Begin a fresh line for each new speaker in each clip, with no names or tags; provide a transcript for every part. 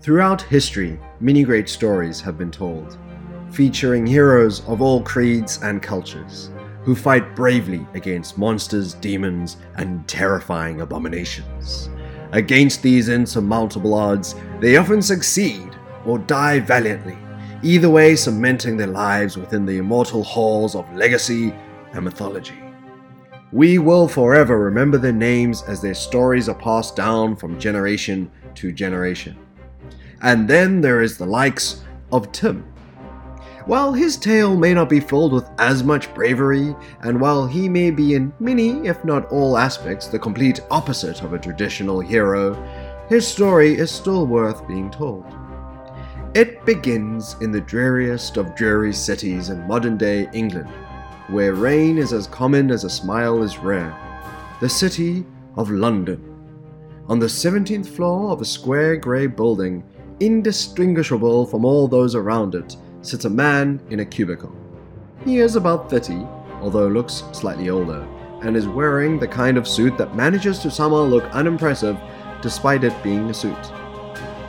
Throughout history, many great stories have been told, featuring heroes of all creeds and cultures who fight bravely against monsters, demons, and terrifying abominations. Against these insurmountable odds, they often succeed or die valiantly, either way, cementing their lives within the immortal halls of legacy and mythology. We will forever remember their names as their stories are passed down from generation to generation. And then there is the likes of Tim. While his tale may not be filled with as much bravery, and while he may be in many, if not all aspects, the complete opposite of a traditional hero, his story is still worth being told. It begins in the dreariest of dreary cities in modern day England, where rain is as common as a smile is rare, the city of London. On the 17th floor of a square grey building, indistinguishable from all those around it, sits a man in a cubicle. He is about 30, although looks slightly older, and is wearing the kind of suit that manages to somehow look unimpressive despite it being a suit.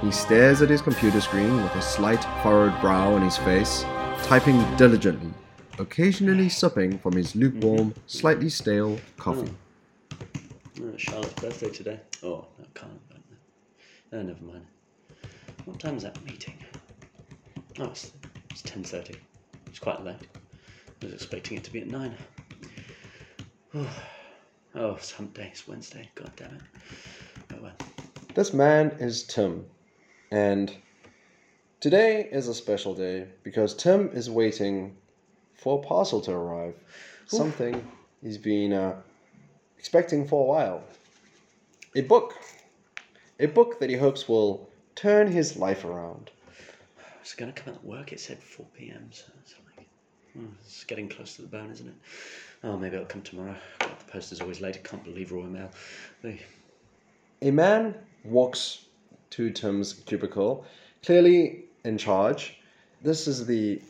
He stares at his computer screen with a slight furrowed brow on his face, typing diligently, occasionally sipping from his lukewarm, slightly stale coffee.
Oh, Charlotte's birthday today. Oh, I can't. Oh, never mind. What time is that meeting? Oh, it's, it's 10.30. It's quite late. I was expecting it to be at 9. Oh, it's hump day. It's Wednesday. God damn it. Oh, well.
This man is Tim, and today is a special day because Tim is waiting for a parcel to arrive. Something he's been uh, expecting for a while. A book. A book that he hopes will turn his life around.
It's going to come out at work. It said 4 p.m. So it's, like, Hmm, it's getting close to the bone, isn't it? Oh, maybe it'll come tomorrow. God, the post is always late. I can't believe raw mail. They-
A man walks to Tim's cubicle, clearly in charge. This is the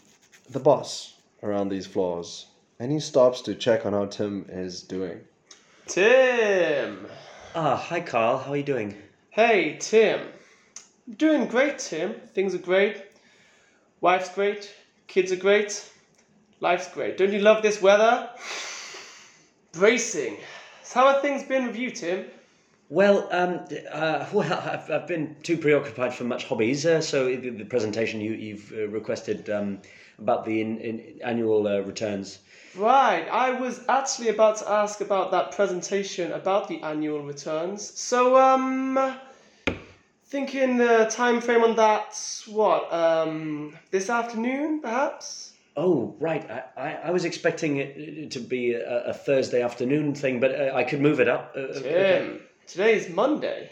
the boss around these floors, and he stops to check on how Tim is doing.
Tim!
Ah, hi, Carl. How are you doing?
Hey, Tim. Doing great, Tim. Things are great. Wife's great. Kids are great. Life's great. Don't you love this weather? Bracing. So how have things been with you, Tim?
Well, um, d- uh, well, I've, I've been too preoccupied for much hobbies. Uh, so i- the, the presentation you, you've uh, requested um, about the in, in annual uh, returns.
Right, I was actually about to ask about that presentation about the annual returns. So, um, thinking the time frame on that, what, um, this afternoon, perhaps?
Oh, right. I, I, I was expecting it uh, to be a, a Thursday afternoon thing, but uh, I could move it up. Uh, uh,
Tim, today is Monday.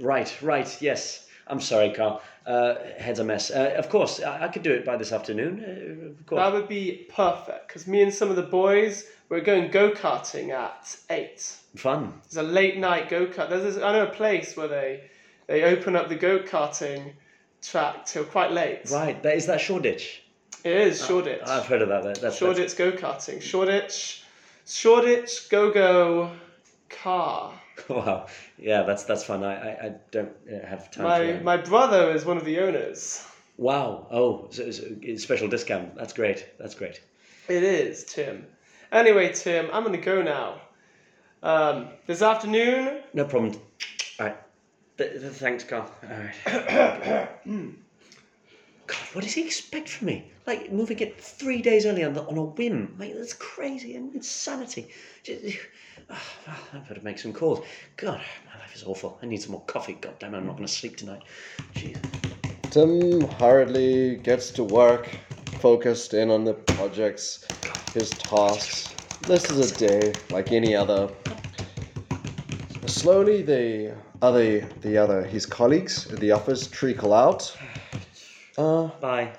Right, right. Yes. I'm sorry, Carl. Uh, head's a mess. Uh, of course, I, I could do it by this afternoon. Uh, of course.
That would be perfect because me and some of the boys we're going go karting at eight.
Fun.
It's a late night go kart. There's this, I know a place where they they open up the go karting track till quite late.
Right. That, is that Shoreditch?
It is Shoreditch.
I've heard of that. that that's, that's
Shoreditch go karting. Shoreditch, Shoreditch go go car.
Wow, yeah, that's that's fun. I I, I don't uh, have time for
My
that.
my brother is one of the owners.
Wow, oh, so, so, it's special discount. That's great. That's great.
It is, Tim. Anyway, Tim, I'm gonna go now. Um, this afternoon,
No problem. All right. Th- th- thanks, Carl. All right. Hmm. God, what does he expect from me? Like moving it three days early on, the, on a whim. Like that's crazy and insanity. Just, oh, well, I better make some calls. God, my life is awful. I need some more coffee. God damn, it, I'm not going to sleep tonight. Jeez.
Tim hurriedly gets to work, focused in on the projects, his tasks. This is a day like any other. Slowly, the other, the other, his colleagues at the office trickle out, uh,
Bye.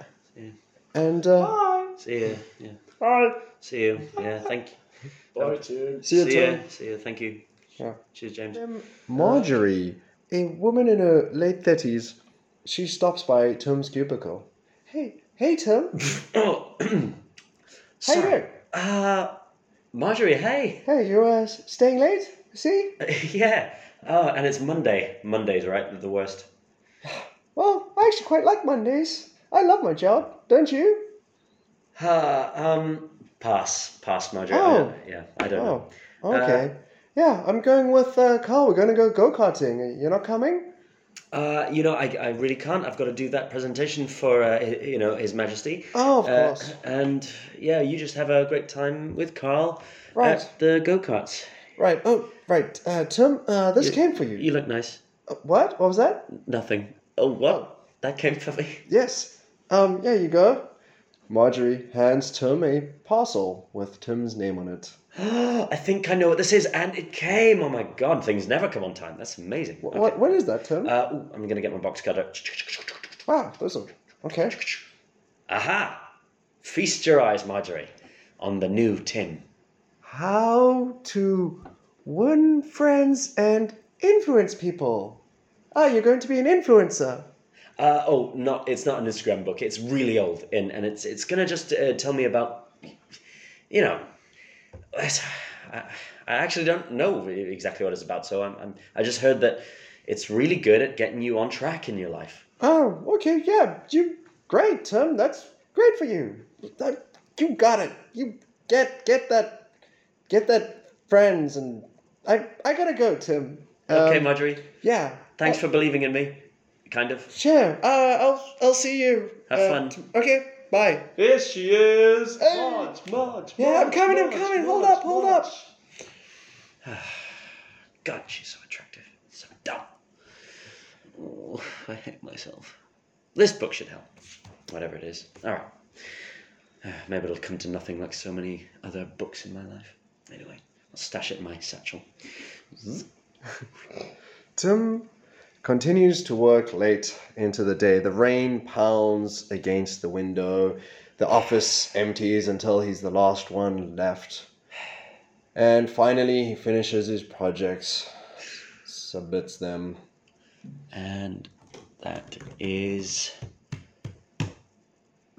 and uh,
Ah.
bye.
See you. Yeah.
Bye.
See you. Yeah. Thank you.
Bye, Tim.
see you,
See
Tim.
ya. See ya. Thank you.
Yeah.
Cheers, James.
Marjorie, a woman in her late thirties, she stops by Tim's cubicle. Hey, hey, Tim.
Oh,
Hey,
sorry.
you.
Uh, Marjorie, hey.
Hey, you uh, s- staying late? See?
yeah. Oh, and it's Monday. Mondays, right? They're the worst.
actually quite like Mondays. I love my job, don't you?
Uh, um, pass, pass, Mojo.
Oh.
I- yeah, Uh, I don't know.
Oh, okay. yeah, I'm going with uh, Carl. We're going to go go karting. You're not coming?
Uh, you know, I, I really can't. I've got to do that presentation for uh, hi- you know His Majesty.
Oh, of
Uh,
course.
and yeah, you just have a great time with Carl
Right.
at the go karts.
Right. Oh, right. Uh, Tim, uh, this
You-
came for you.
You look nice.
Uh, what? What was that?
Nothing. Oh, what? That came for me.
Yes. Um, yeah, you go. Marjorie hands Tim a parcel with Tim's name on it.
I think I know what this is, and it came. Oh my god, things never come on time. That's amazing.
Wh-
Okay.
What? What is that, Tim?
Uh, ooh, I'm gonna get my box cutter.
wow, those are okay.
Aha! Feast your eyes, Marjorie, on the new tin.
How to win friends and influence people. Ah, you're going to be an influencer.
Uh, oh, not it's not an Instagram book. It's really old, and and it's it's gonna just uh, tell me about, you know, it's- I, I actually don't know really exactly what it's about. So I'm, I'm I just heard that it's really good at getting you on track in your life.
Oh, okay, yeah, you great, Tim. That's great for you. That, you got it. You get get that get that friends and I I gotta go, Tim.
okay,
Um, uh,
Marjorie.
yeah.
Thanks for believing in me. Kind of.
Sure. Uh, I'll I'll see you.
Have
uh,
fun.
t- okay. Bye.
Here she is.
Hey.
Marge, Marge.
Yeah, I'm
Marge,
coming, I'm
Marge,
coming. Hold
Marge,
up, hold
Marge.
up.
God, she's so attractive. So dumb. Oh, I hate myself. This book should help. Whatever it is. Alright. Maybe it'll come to nothing like so many other books in my life. Anyway, I'll stash it in my satchel.
Tim continues to work late into the day. The rain pounds against the window. The office empties until he's the last one left. And finally, he finishes his projects, submits them.
And that is.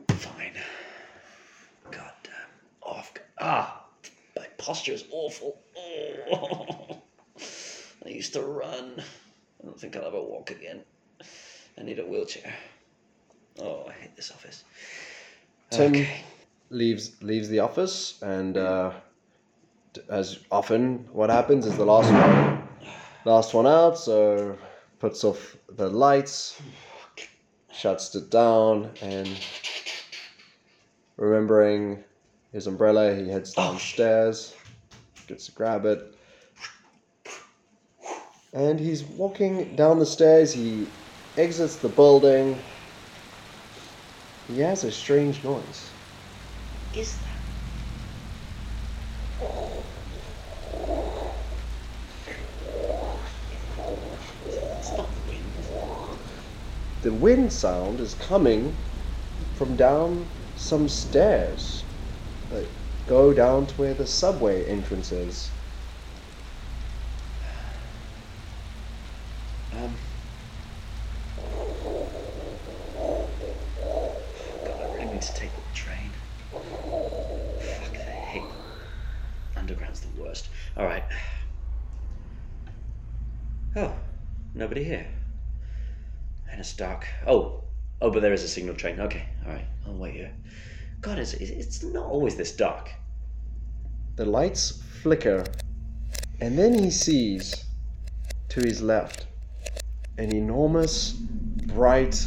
Fine. God damn. Off. Ah! My posture is awful. Oh. I used to run. I don't think I'll ever walk again. I need a wheelchair. Oh, I hate this office.
Tim
Okay.
leaves leaves the office, and uh, d- as often, what happens is the last one, last one out. So puts off the lights, shuts it down, and remembering his umbrella, he heads downstairs, gets to grab it, and he's walking down the stairs. He exits the building. He has a strange noise.
Is that. It's not the wind.
the wind sound is coming from down some stairs that go down to where the subway entrance is.
Um. God, I really need to take the train. Fuck, I hate Underground's the worst. Alright. Oh, nobody here. And it's dark. Oh, oh, but there is a signal train. Okay, alright, I'll wait here. God, it's, it's- it's not always this dark.
The lights flicker, and then he sees to his left an enormous bright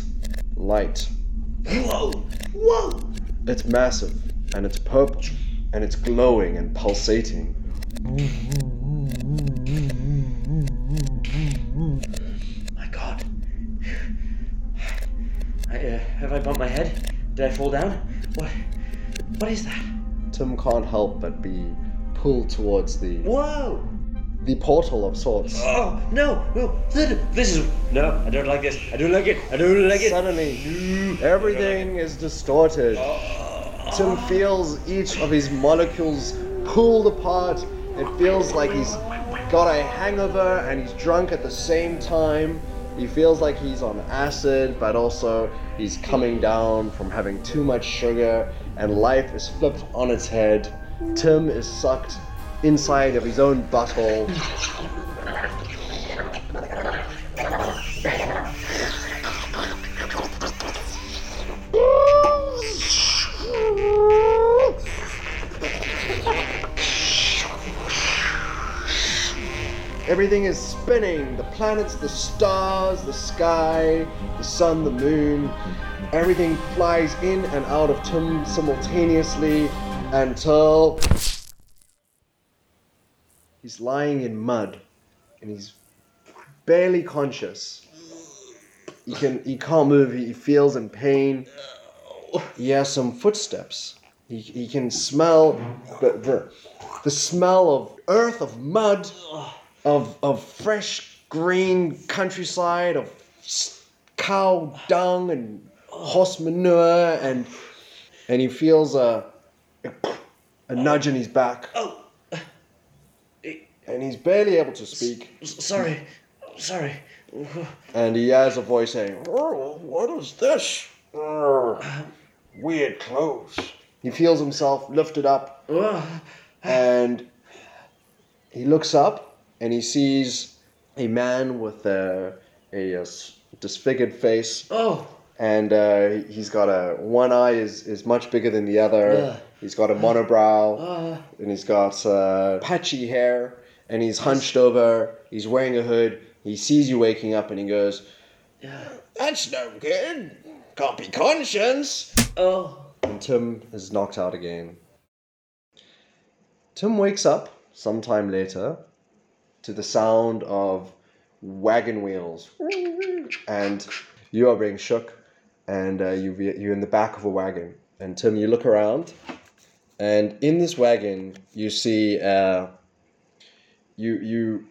light.
Whoa! Whoa!
It's massive, and it's purple, and it's glowing and pulsating.
My God. I, uh, have I bumped my head? Did I fall down? What? What is that?
Tim can't help but be pulled towards the
Whoa!
the portal of sorts.
Oh no! No! This, this is no. I don't like this. I don't like it. I don't like it.
Suddenly, everything is distorted. Tim feels each of his molecules pulled apart. It feels like he's got a hangover and he's drunk at the same time. He feels like he's on acid, but also he's coming down from having too much sugar, and life is flipped on its head. Tim is sucked inside of his own butthole. Everything is spinning. The planets, the stars, the sky, the sun, the moon. Everything flies in and out of Tum simultaneously until he's lying in mud and he's barely conscious. He can he can't move, he feels in pain. He has some footsteps. He, he can smell the, the, the smell of earth, of mud, of, of fresh green countryside, of s- cow dung and horse manure, and and he feels a, a nudge in his back,
Oh,
and he's barely able to speak.
s- sorry, sorry.
And he has a voice saying, "Oh, What is this? Urgh, Weird clothes. He feels himself lifted up
Oh,
and he looks up and he sees a man with a, a, uh, s- disfigured face
oh,
and uh, he's got a one eye is, is much bigger than the other.
Yeah.
He's got a monobrow
uh,
and he's got uh, patchy hair and he's hunched over. He's wearing a hood. He sees you waking up and he goes,
yeah.
That's no good. Can't be conscience.
Oh,
And Tim is knocked out again. Tim wakes up sometime later to the sound of wagon wheels, and you are being shook, and uh, you re- you're in the back of a wagon. And Tim, you look around, and in this wagon you see uh, you you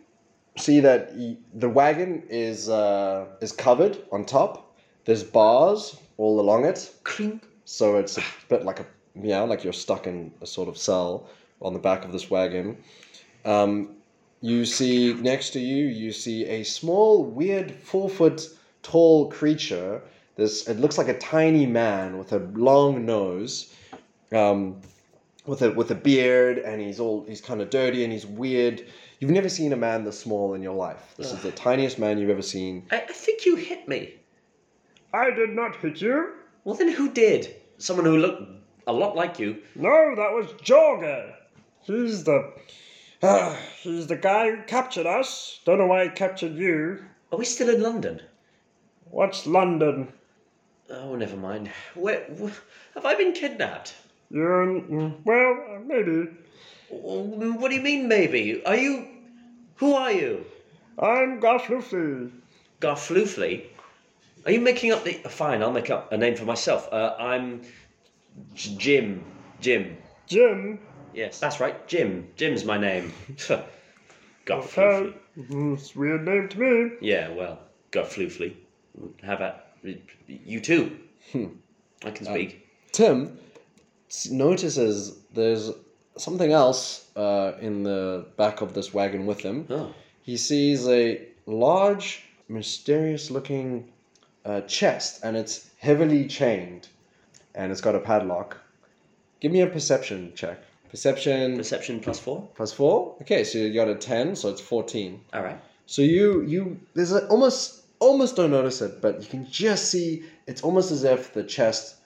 see that y the wagon is uh, is covered on top. There's bars all along it.
clink.
So it's a bit like a yeah, like you're stuck in a sort of cell on the back of this wagon. Um, you see next to you, you see a small, weird, four foot tall creature. This it looks like a tiny man with a long nose, um, with a with a beard, and he's all he's kind of dirty and he's weird. You've never seen a man this small in your life. This is the tiniest man you've ever seen.
I, I think you hit me.
I did not hit you.
Well, then who did? Someone who looked a lot like you.
No, that was Jorga. He's the. he's the guy who captured us. Don't know why he captured you.
Are we still in London?
What's London?
Oh, never mind. Where, wh- have I been kidnapped?
You're in. mm, Well, maybe.
W- What do you mean, maybe? Are you. Who are you?
I'm Garfluffy.
Garfloofly? Are you making up the. Fine, I'll make up a name for myself. Uh, I'm. J- Jim. Jim.
Jim.
Yes, that's right. Jim. Jim's my name.
Okay.
Garfloofly.
Mhm, It's a weird name to me.
Yeah, well, Garfloofly. How about. You too? I can speak.
Tim s- notices there's something else uh, in the back of this wagon with him.
Oh.
He sees a large, mysterious looking uh, chest, and it's heavily chained, and it's got a padlock. Give me a perception check. Perception
Perception plus four?
plus four. Okay, so you got a ten, so it's fourteen.
Alright.
So you you there's a, almost almost don't notice it, but you can just see it's almost as if the chest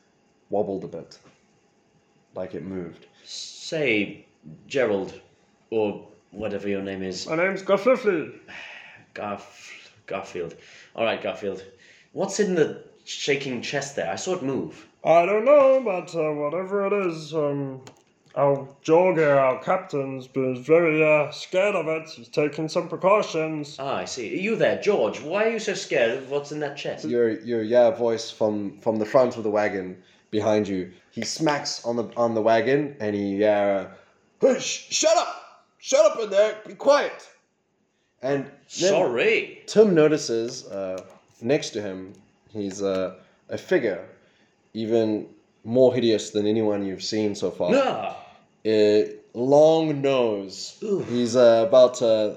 wobbled a bit, like it moved.
Say, Gerald, or whatever your name is.
My name's Garfluffy.
Garf- Garfield. All right, Garfield. What's in the shaking chest there? I saw it move.
I don't know, but uh, whatever it is, um, our Jorga, our captain's been very uh, scared of it. He's taking some precautions.
Ah, I see. Are you there, George? Why are you so scared of what's in that chest?
Your your yeah voice from from the front of the wagon behind you. He smacks on the on the wagon and he yeah, hey, sh- shut up, shut up in there, be quiet. And then
Sorry.
Tim notices uh, next to him, he's uh, a figure, even more hideous than anyone you've seen so far.
Ah,
uh, long nose.
Ooh.
He's uh, about uh,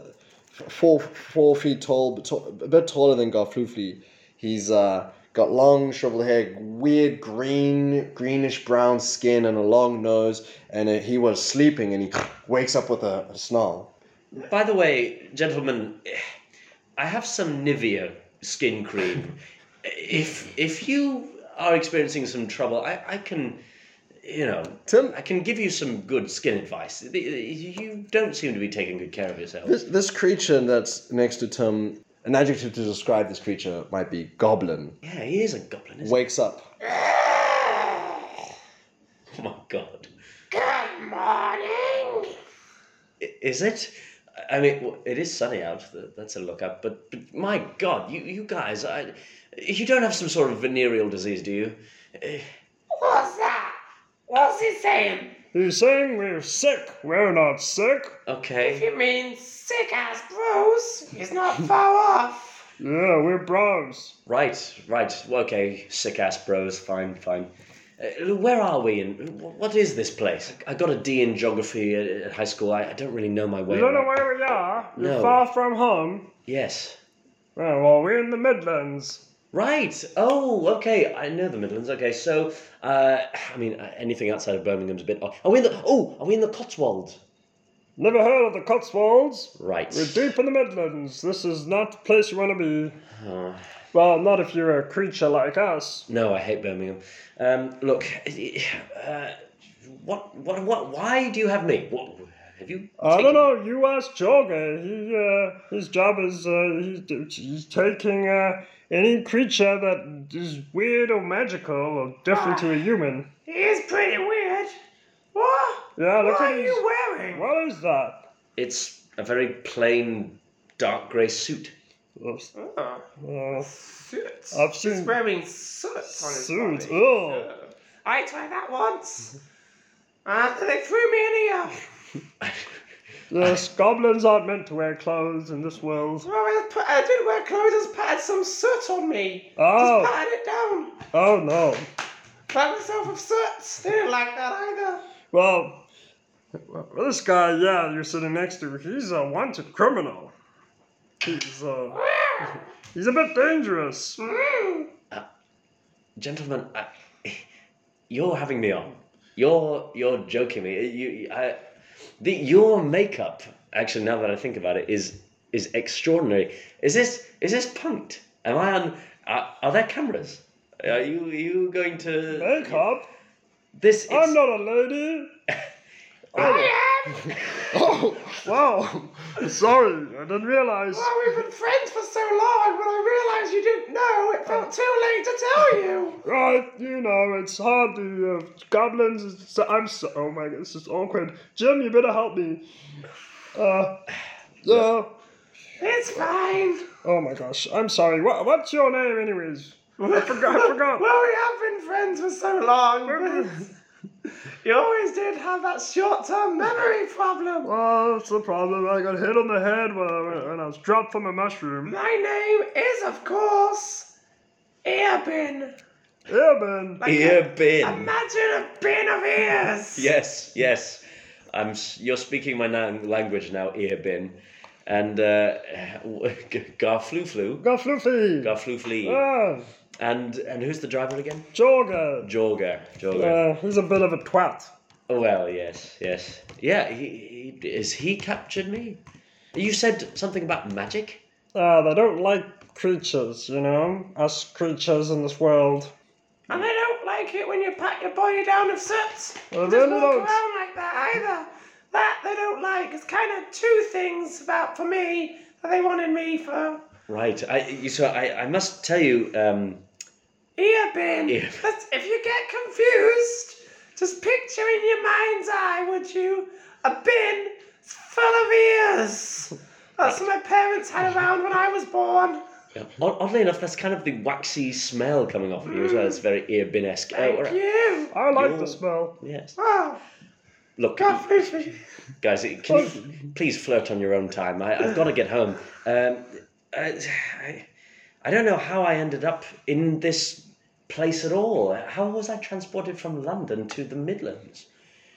four four feet tall, but t- a bit taller than Garflufli. He's uh, got long shriveled hair, weird green, greenish brown skin, and a long nose. And uh, he was sleeping, and he wakes up with a, a snarl.
by the way, gentlemen, I have some Nivea skin cream. if if you are experiencing some trouble, I, I can you know,
Tim-
I can give you some good skin advice. The- You don't seem to be taking good care of yourself.
This, this creature that's next to Tim, an adjective to describe this creature might be goblin,
yeah, he is a goblin, isn't
wakes up.
he? Oh my god. Good morning! Is it? I- I mean, w- it is sunny out, th- that's a look up, but, but my god, you, you guys, I, you don't have some sort of venereal disease, do you? Eh,
He's saying we're sick. We're not sick.
Okay.
Yeah, we're bros.
Right, right. Okay, sick ass bros. Fine, fine. Uh, where are we and wh- what is this place? I got a D in geography at, at high school. I, I don't really know my way.
You don't know
around.
where we are. You're
No.
far from home.
Yes.
Oh, well, we're in the Midlands.
Right. Oh, okay. I know the Midlands. Okay, so uh, I mean, uh, anything outside of Birmingham's a bit. odd. Are we in the? Oh, are we in the Cotswolds?
Never heard of the Cotswolds?
Right.
We're deep in the Midlands. This is not the place you want to be.
Oh.
Well, not if you're a creature like us.
No, I hate Birmingham. Um, look, uh, what, what, what? Why do you have me? What have you?
I
taken-
don't know. You asked Jorge. He, uh, his job is uh, he's, he's taking uh, any creature that is weird or magical or different
Ah.
to a human.
He is pretty weird. What?
Yeah, look
What are
at his.
you wearing?
What is that?
It's a very plain dark grey suit.
Uh,
Oh,
uh,
suits.
I've seen-
He's wearing soot on his
Suits,
body.
ugh.
Yeah. I tried that once. And they threw me in here.
yes, goblins aren't meant to wear clothes in this world.
Well, I, put, I didn't wear clothes. I just patted some soot on me.
Oh.
Just patted it down.
Oh no.
Patted myself with soot. They didn't like that either.
Well, this guy, yeah, you're sitting next to, he's a wanted criminal. He's uh, he's a bit dangerous.
Gentlemen, I, you're having me on. You're you're joking me. You, I, the, your makeup, actually, now that I think about it, is is extraordinary. Is this is this punked? Am I on? Are, are there cameras? Are you you going to
Makeup?
This is
I'm not a lady.
Oh,
Wow, sorry, I didn't realize.
Well, we've been friends for so long. When I realised you didn't know, it felt too late to tell you.
Right, you know, it's hard to. Uh, goblins, is- I'm so. Oh my god, this is awkward. Jim, you better help me. Uh, yeah.
It's fine.
Oh my gosh, I'm sorry. What, what's your name, anyways? I forgot, I forgot.
Well, we have been friends for so long. but you always did have that short-term memory problem.
Well, that's the problem. I got hit on the head when I, when I was dropped from a mushroom.
My name is, of course, Earbin.
Yeah, man.
Like a-
ear bin.
Imagine a bin of ears.
Yes, yes. I'm. s- You're speaking my nan- language now, ear bin, and uh, Garfluflu,
Got floofy.
Garflufli,
Ah,
and and who's the driver again?
Jorga.
Jorger, Jorger.
Uh, he's a bit of a twat.
Oh well, yes, yes, yeah. He, he is he captured me. You said something about magic.
Uh, they don't like creatures, you know? Us creatures in this world.
And they don't like it when you pat your body down with soot.
Well,
You
they
just
really
walk
don't.
around like that either. That they don't like. It's kind of two things about for me that they wanted me for.
Right. I you- so I, I must tell you. Um,
Ear bin.
Ear-
That's, if you get confused, just picture in your mind's eye, would you, a bin full of ears. That's what my parents had around when I was born.
od- oddly enough, that's kind of the waxy smell coming off of you as well. It's very ear bin esque.
Thank you.
I like
Yo.
the smell.
Yes.
Oh,
Look.
God, Lucy.
Guys, can you please flirt on your own time? I, I've got to get home. Um, I, I, I don't know how I ended up in this place at all. How was I transported from London to the Midlands?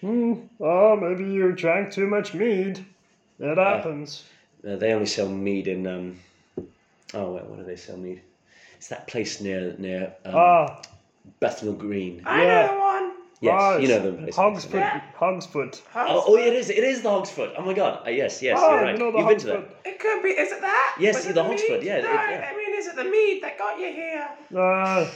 Hmm. Oh, maybe you drank too much mead. It happens.
Uh, they only sell mead in. Um, oh, wait, what do they sell mead? It's that place near near um,
Ah,
Bethnal Green.
I
Yeah.
know the one.
Yes,
right.
you know them. place.
Hogsfoot.
Yeah.
Hogsfoot.
Oh, oh, it is. It is the Hogsfoot. Oh my God. Uh, yes, yes.
Oh,
you're
you
right.
know the
You've been to
Hogsfoot.
that.
It could be. Is it that?
Yes,
Was it
the Oxford,
mead?
yeah, it-
No,
yeah.
I mean, is it the mead that got you here?
Uh,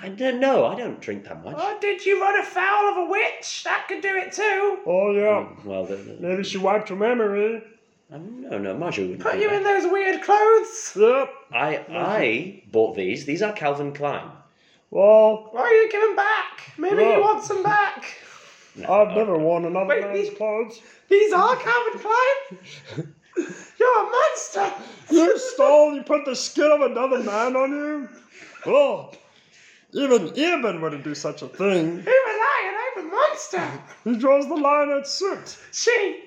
I don't know. I don't drink that much. Hmm,
Oh, did you run afoul of a witch? That could do it too.
Oh, yeah.
Mm, Well, the, the,
Maybe she wiped her memory.
um, no, no, Marjorie wouldn't.
Put
do
you
that.
in those weird clothes.
Yep.
I I bought these. These are Calvin Klein.
Well,
Why are you giving back? Maybe
No.
you want some back.
I've never worn another
Wait,
man's
these-
clothes.
These are Calvin Klein. You're a monster.
You stole, you put the skin of another man on you? Oh, even Eben wouldn't do such a thing.
Who was I? And I'm a monster.
He draws the line at suit.
She.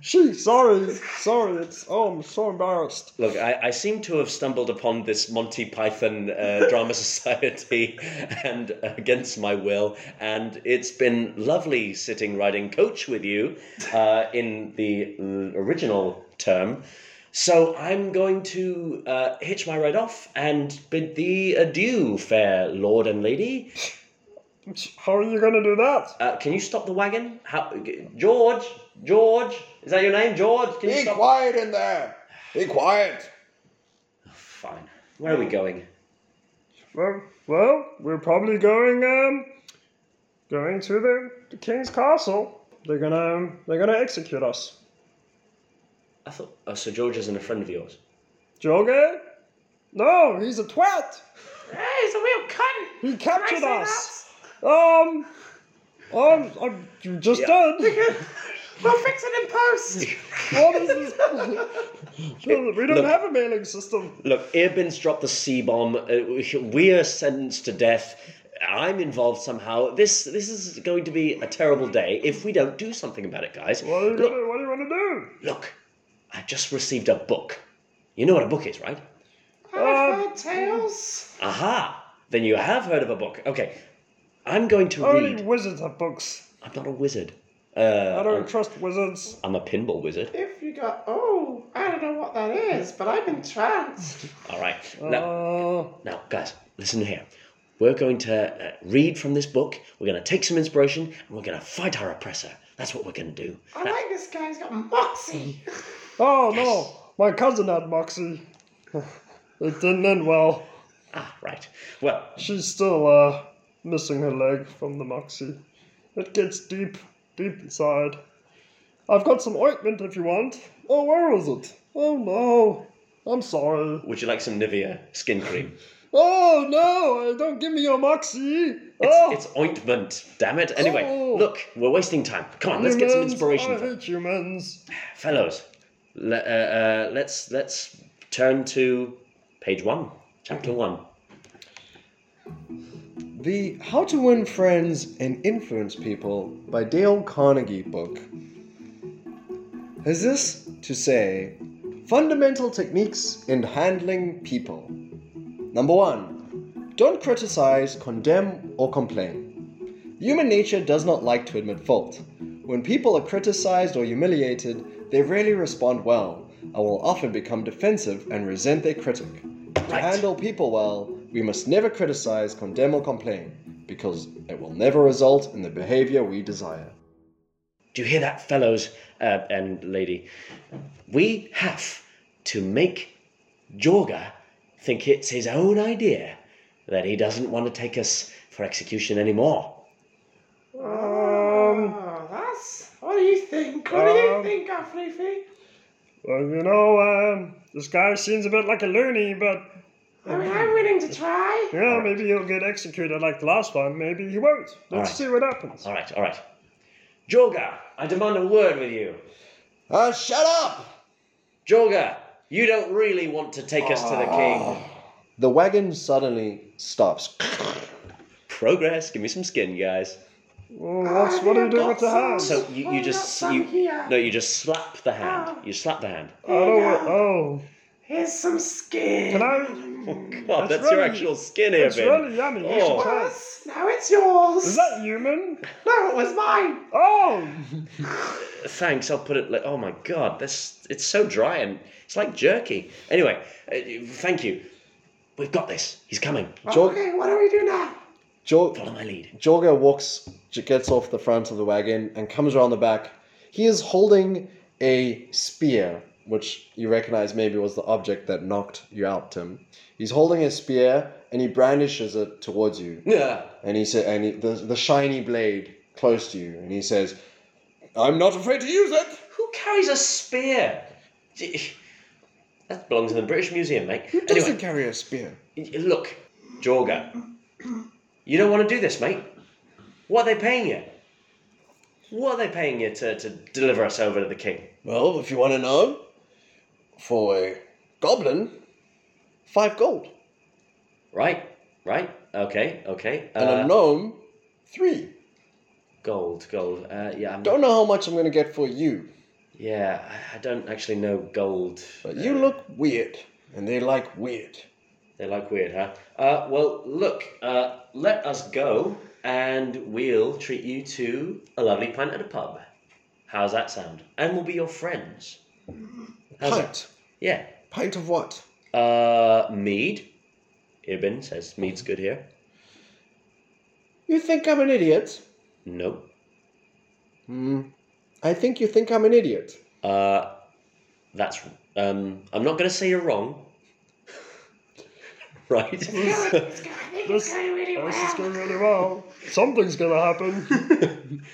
She, sorry, sorry, it's, oh, I'm so embarrassed.
Look, I, I seem to have stumbled upon this Monty Python uh, drama society, and against my will, and it's been lovely sitting riding coach with you uh, in the uh, original term. So I'm going to uh, hitch my ride off and bid thee adieu, fair lord and lady.
How are you gonna do that?
Uh, can you stop the wagon? How, g- George, George, is that your name, George? Can you
Be
stop?
quiet in there. Be quiet.
Fine. Where are we going?
Well, well, we're probably going, um, going to the, the king's castle. They're gonna, they're gonna execute us.
I thought uh, Sir George isn't a friend of yours.
Jorge? No, he's a twat.
Hey, eh, he's a real cunt.
He
Can I
captured
say
us. Um, um, um, you just
Yeah.
did.
that? We'll fix it in post.
What is this? we don't
Look.
have a mailing system.
Look, Irbin's dropped the C bomb. Uh, we are sentenced to death. I'm involved somehow. This this is going to be a terrible day if we don't do something about it, guys.
What are you
Look,
gonna, what do you wanna do?
look, I just received a book. You know what a book is, right?
I've
Um,
heard tales.
Aha! Then you have heard of a book. Okay, I'm going to
Only
read.
wizards have books.
I'm not a wizard. Uh,
I don't
I'm-
trust wizards.
I'm a pinball wizard.
If you got, oh, I don't know what that is, but I've been tranced.
All right. Now,
Uh,
Now, guys, listen here. We're going to uh, read from this book. We're going to take some inspiration, and we're going to fight our oppressor. That's what we're going to do.
I like this guy. He's got moxie.
oh no, my cousin had moxie. It didn't end well.
Ah, right. Well,
She's still uh missing her leg from the moxie. It gets deep, deep inside. I've got some ointment if you want. Oh, where is it? Oh no, I'm sorry.
would you like some Nivea skin cream?
Oh no, uh, don't give me your moxie. oh,
It's ointment, damn it. Anyway,
Oh.
look, we're wasting time. Come on, let's get some
humans, I
inspiration. from-
hate humans.
Fellows, le- uh, uh, let's, let's turn to page one, chapter one.
The How to Win Friends and Influence People by Dale Carnegie book has this to say fundamental techniques in handling people. Number one, don't criticize, condemn, or complain. Human nature does not like to admit fault. When people are criticized or humiliated, they rarely respond well and will often become defensive and resent their critic. To
Right.
handle people well, we must never criticize, condemn, or complain because it will never result in the behavior we desire.
Do you hear that, fellows uh, and lady? We have to make Jorga think it's his own idea that he doesn't want to take us for execution anymore.
Um,
oh, that's. What do you think? What do you
Um,
think, Affleefy?
well, you know, um, this guy seems a bit like a loony, but
I
um,
mean, I'm willing to try.
yeah, maybe he'll get executed like the last one. Maybe he won't. Let's
Alright.
see what happens.
All right, all right. Jorga, I demand a word with you.
Ah, shut up!
Jorga, you don't really want to take us to the king.
The wagon suddenly stops.
Progress, give me some skin, guys.
Well, what's, what do you do with the hands?
So you, you
Oh,
just
that's
you,
some here.
no, you just slap the hand.
Ah.
You slap the hand.
I don't wa- oh,
Here's some skin.
can I?
Oh God,
That's
that's your
really-
actual skin here,
It's
Ben.
really yummy. You should
Oh.
try. it.
Was, now it's yours.
Is that human?
No, it was mine.
Oh,
Thanks, I'll put it like, oh my god, this it's so dry and it's like jerky. Anyway, uh, thank you. We've got this. He's coming.
Jor-
Okay, what do we do now?
Jor-
Follow my lead.
Jorga walks, j- gets off the front of the wagon, and comes around the back. He is holding a spear, which you recognize maybe was the object that knocked you out, Tim. He's holding a spear and he brandishes it towards you.
Yeah.
And he said, and he, the, the shiny blade close to you, and he says, "I'm not afraid to use it."
Who carries a spear? Gee, That belongs in the British Museum, mate.
Who doesn't
Anyway,
carry a spear?
y- look, Jorga, you don't want to do this, mate. What are they paying you? What are they paying you to, to deliver us over to the king?
Well, if you want to know, for a goblin, five gold,
Right? Right? Okay, okay.
and
Uh,
a gnome, three.
gold, gold. Uh, yeah, I'm,
Don't know how much I'm gonna get for you,
yeah, I- I don't actually know gold.
but you
Uh,
look weird, and they like weird.
They like weird, huh? Uh, well, look, uh, let us go and we'll treat you to a lovely pint at a pub. How's that sound? And we'll be your friends. How's that?
Pint,
Yeah.
pint of what?
Uh, mead. Ibn says mead's good here.
You think I'm an idiot?
Nope.
Hmm. I think you think I'm an idiot.
Uh, that's. Um, I'm not going to say you're wrong. right?
It's go- I think
This,
it's going really
this is
well.
going really well. Something's gonna happen.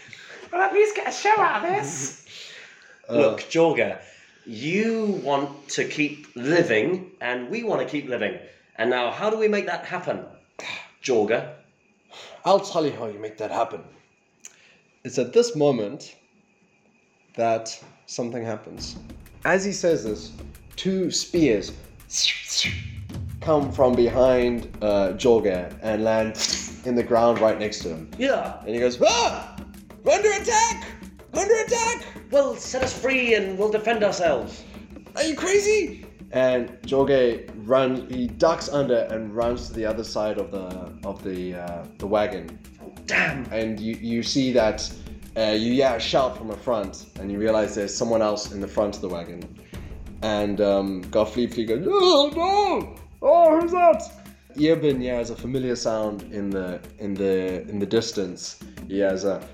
Well, at least get a show out of this.
Look, Jorga, you want to keep living, and we want to keep living. And now, how do we make that happen, Jorga?
I'll tell you how you make that happen. It's at this moment that something happens. As he says this, two spears come from behind uh, Jorga and land in the ground right next to him.
Yeah.
And he goes, Ah! We're under attack! We're under attack!
Well, set us free, and we'll defend ourselves.
Are you crazy? And Jorge runs. He ducks under and runs to the other side of the of the uh, the wagon.
Damn.
And you you see that uh, you yeah shout from the front, and you realize there's someone else in the front of the wagon. And um, Gottfried goes, oh no!
Oh, who's that?
Yebin yeah has a familiar sound in the in the in the distance. He has a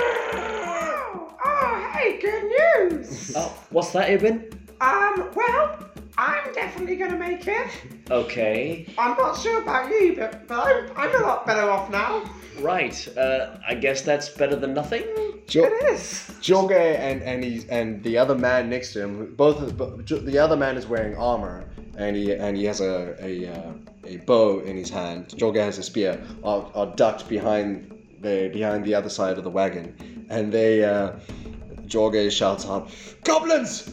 Oh, oh, hey, good news.
Uh.
Oh, what's that, Ibn?
Um, well, I'm definitely going to make it.
Okay.
I'm not sure about you, but, but I'm, I'm a lot better off now.
Right. Uh, I guess that's better than nothing.
jo-
It is.
Jorge and and he's and the other man next to him, who- both of bo- Jo- the other man is wearing armor and he and he has a a, uh, a bow in his hand. Jorge has a spear. Are, are ducked behind the behind the other side of the wagon, and they uh, Jorge shouts out, "Goblins!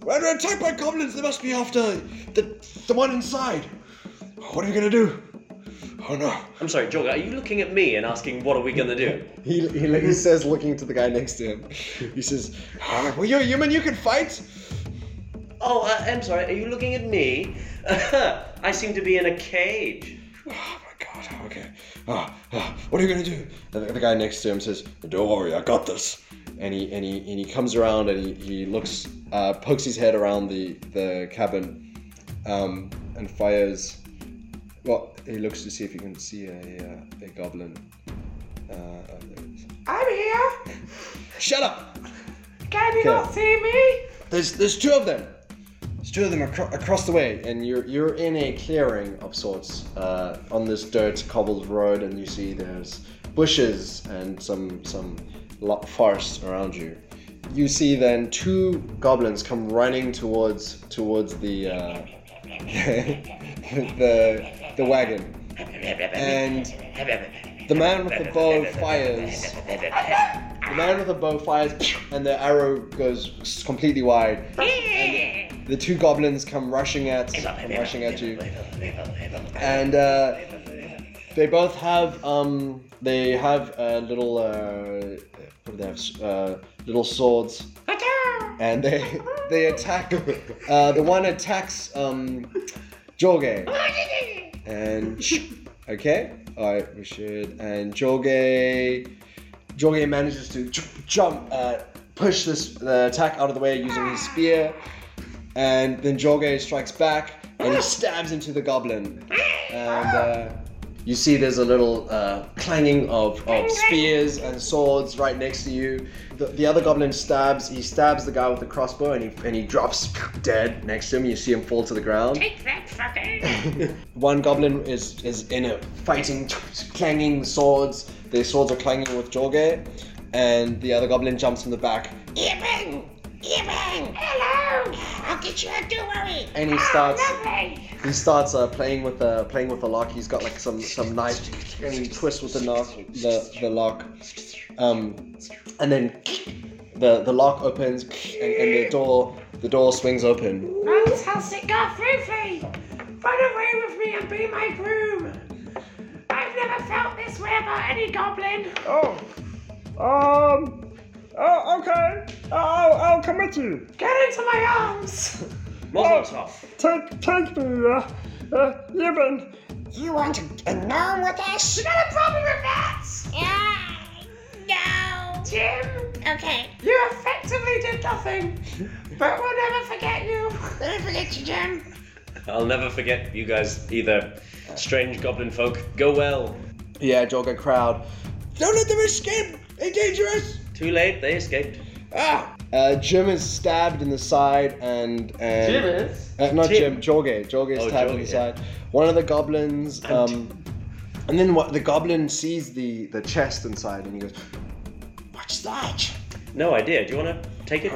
We're under attack by goblins. They must be after the the one inside. What are we gonna do? Oh no!"
I'm sorry, Jorga. Are you looking at me and asking what are we gonna do?
He, he, he says, looking to the guy next to him, he says, "Ah, Well, you're a human, you can fight.
Oh, uh, I'm sorry. Are you looking at me? I seem to be in a cage.
Oh my god, oh, okay. Ah, ah, what are you gonna do? And the, the guy next to him says, Don't worry, I got this. And he and he and he comes around and he, he looks uh, pokes his head around the, the cabin um, and fires well, he looks to see if he can see a, uh, a goblin. Uh, oh, there it is.
I'm here.
Shut up!
Can you not see me?
There's there's two of them. There's two of them acro- across the way, and you're you're in a clearing of sorts uh, on this dirt cobbled road, and you see there's bushes and some some lo- forest around you. You see then two goblins come running towards towards the uh, the the wagon, and the man with the bow fires. The man with the bow fires, and the arrow goes completely wide. And the two goblins come rushing at, come rushing at you, and uh, they both have um, they have uh, little uh, what do they have? Uh, little swords, and they they attack. Uh, the one attacks um, Jorge, and okay, all right, we should. And Jorge. Jorge manages to j- jump, uh, push this the attack out of the way using his spear, and then Jorge strikes back and he stabs into the goblin. And uh, You see there's a little uh, clanging of, of spears and swords right next to you. The, the other goblin stabs, he stabs the guy with the crossbow and he, and he drops dead next to him. You see him fall to the ground.
Take that fucker!
One goblin is is in it, fighting, clanging swords. Their swords are clanging with Jorge, and the other goblin jumps from the back
Yipping! Yipping! Hello! I'll get you out, don't worry!
and he
Ah,
starts
lovely!
he starts uh, playing with the playing with the lock. He's got like some some knife and he twists with the knock the the lock, um, and then the the lock opens and, and the door the door swings open.
Fantastic, got Fifi! Run away with me and be my groom! I've never felt this way about any goblin!
Oh, um, oh, okay. I'll, I'll come with you.
Get into my arms!
Muzzles off.
Take, take me, uh, uh, Yibin.
You want a gnome with us?
You got a problem with that?
Ah, no!
Jim,
Okay,
you effectively did nothing, but we'll never forget you.
let me forget you, Jim.
I'll never forget you guys either. Strange goblin folk, go well.
Yeah, Jorga crowd. Don't let them escape. They're dangerous.
Too late, they escaped.
Ah! Uh, Jim is stabbed in the side and and
Jim is.
Uh, not Jim,
Jim.
Jorge. Jorge is
Oh,
stabbed
Jorge,
in the side. One of the goblins. Um, and then what? The goblin sees the the chest inside, and he goes,
What's that?
No idea. Do you want to take it?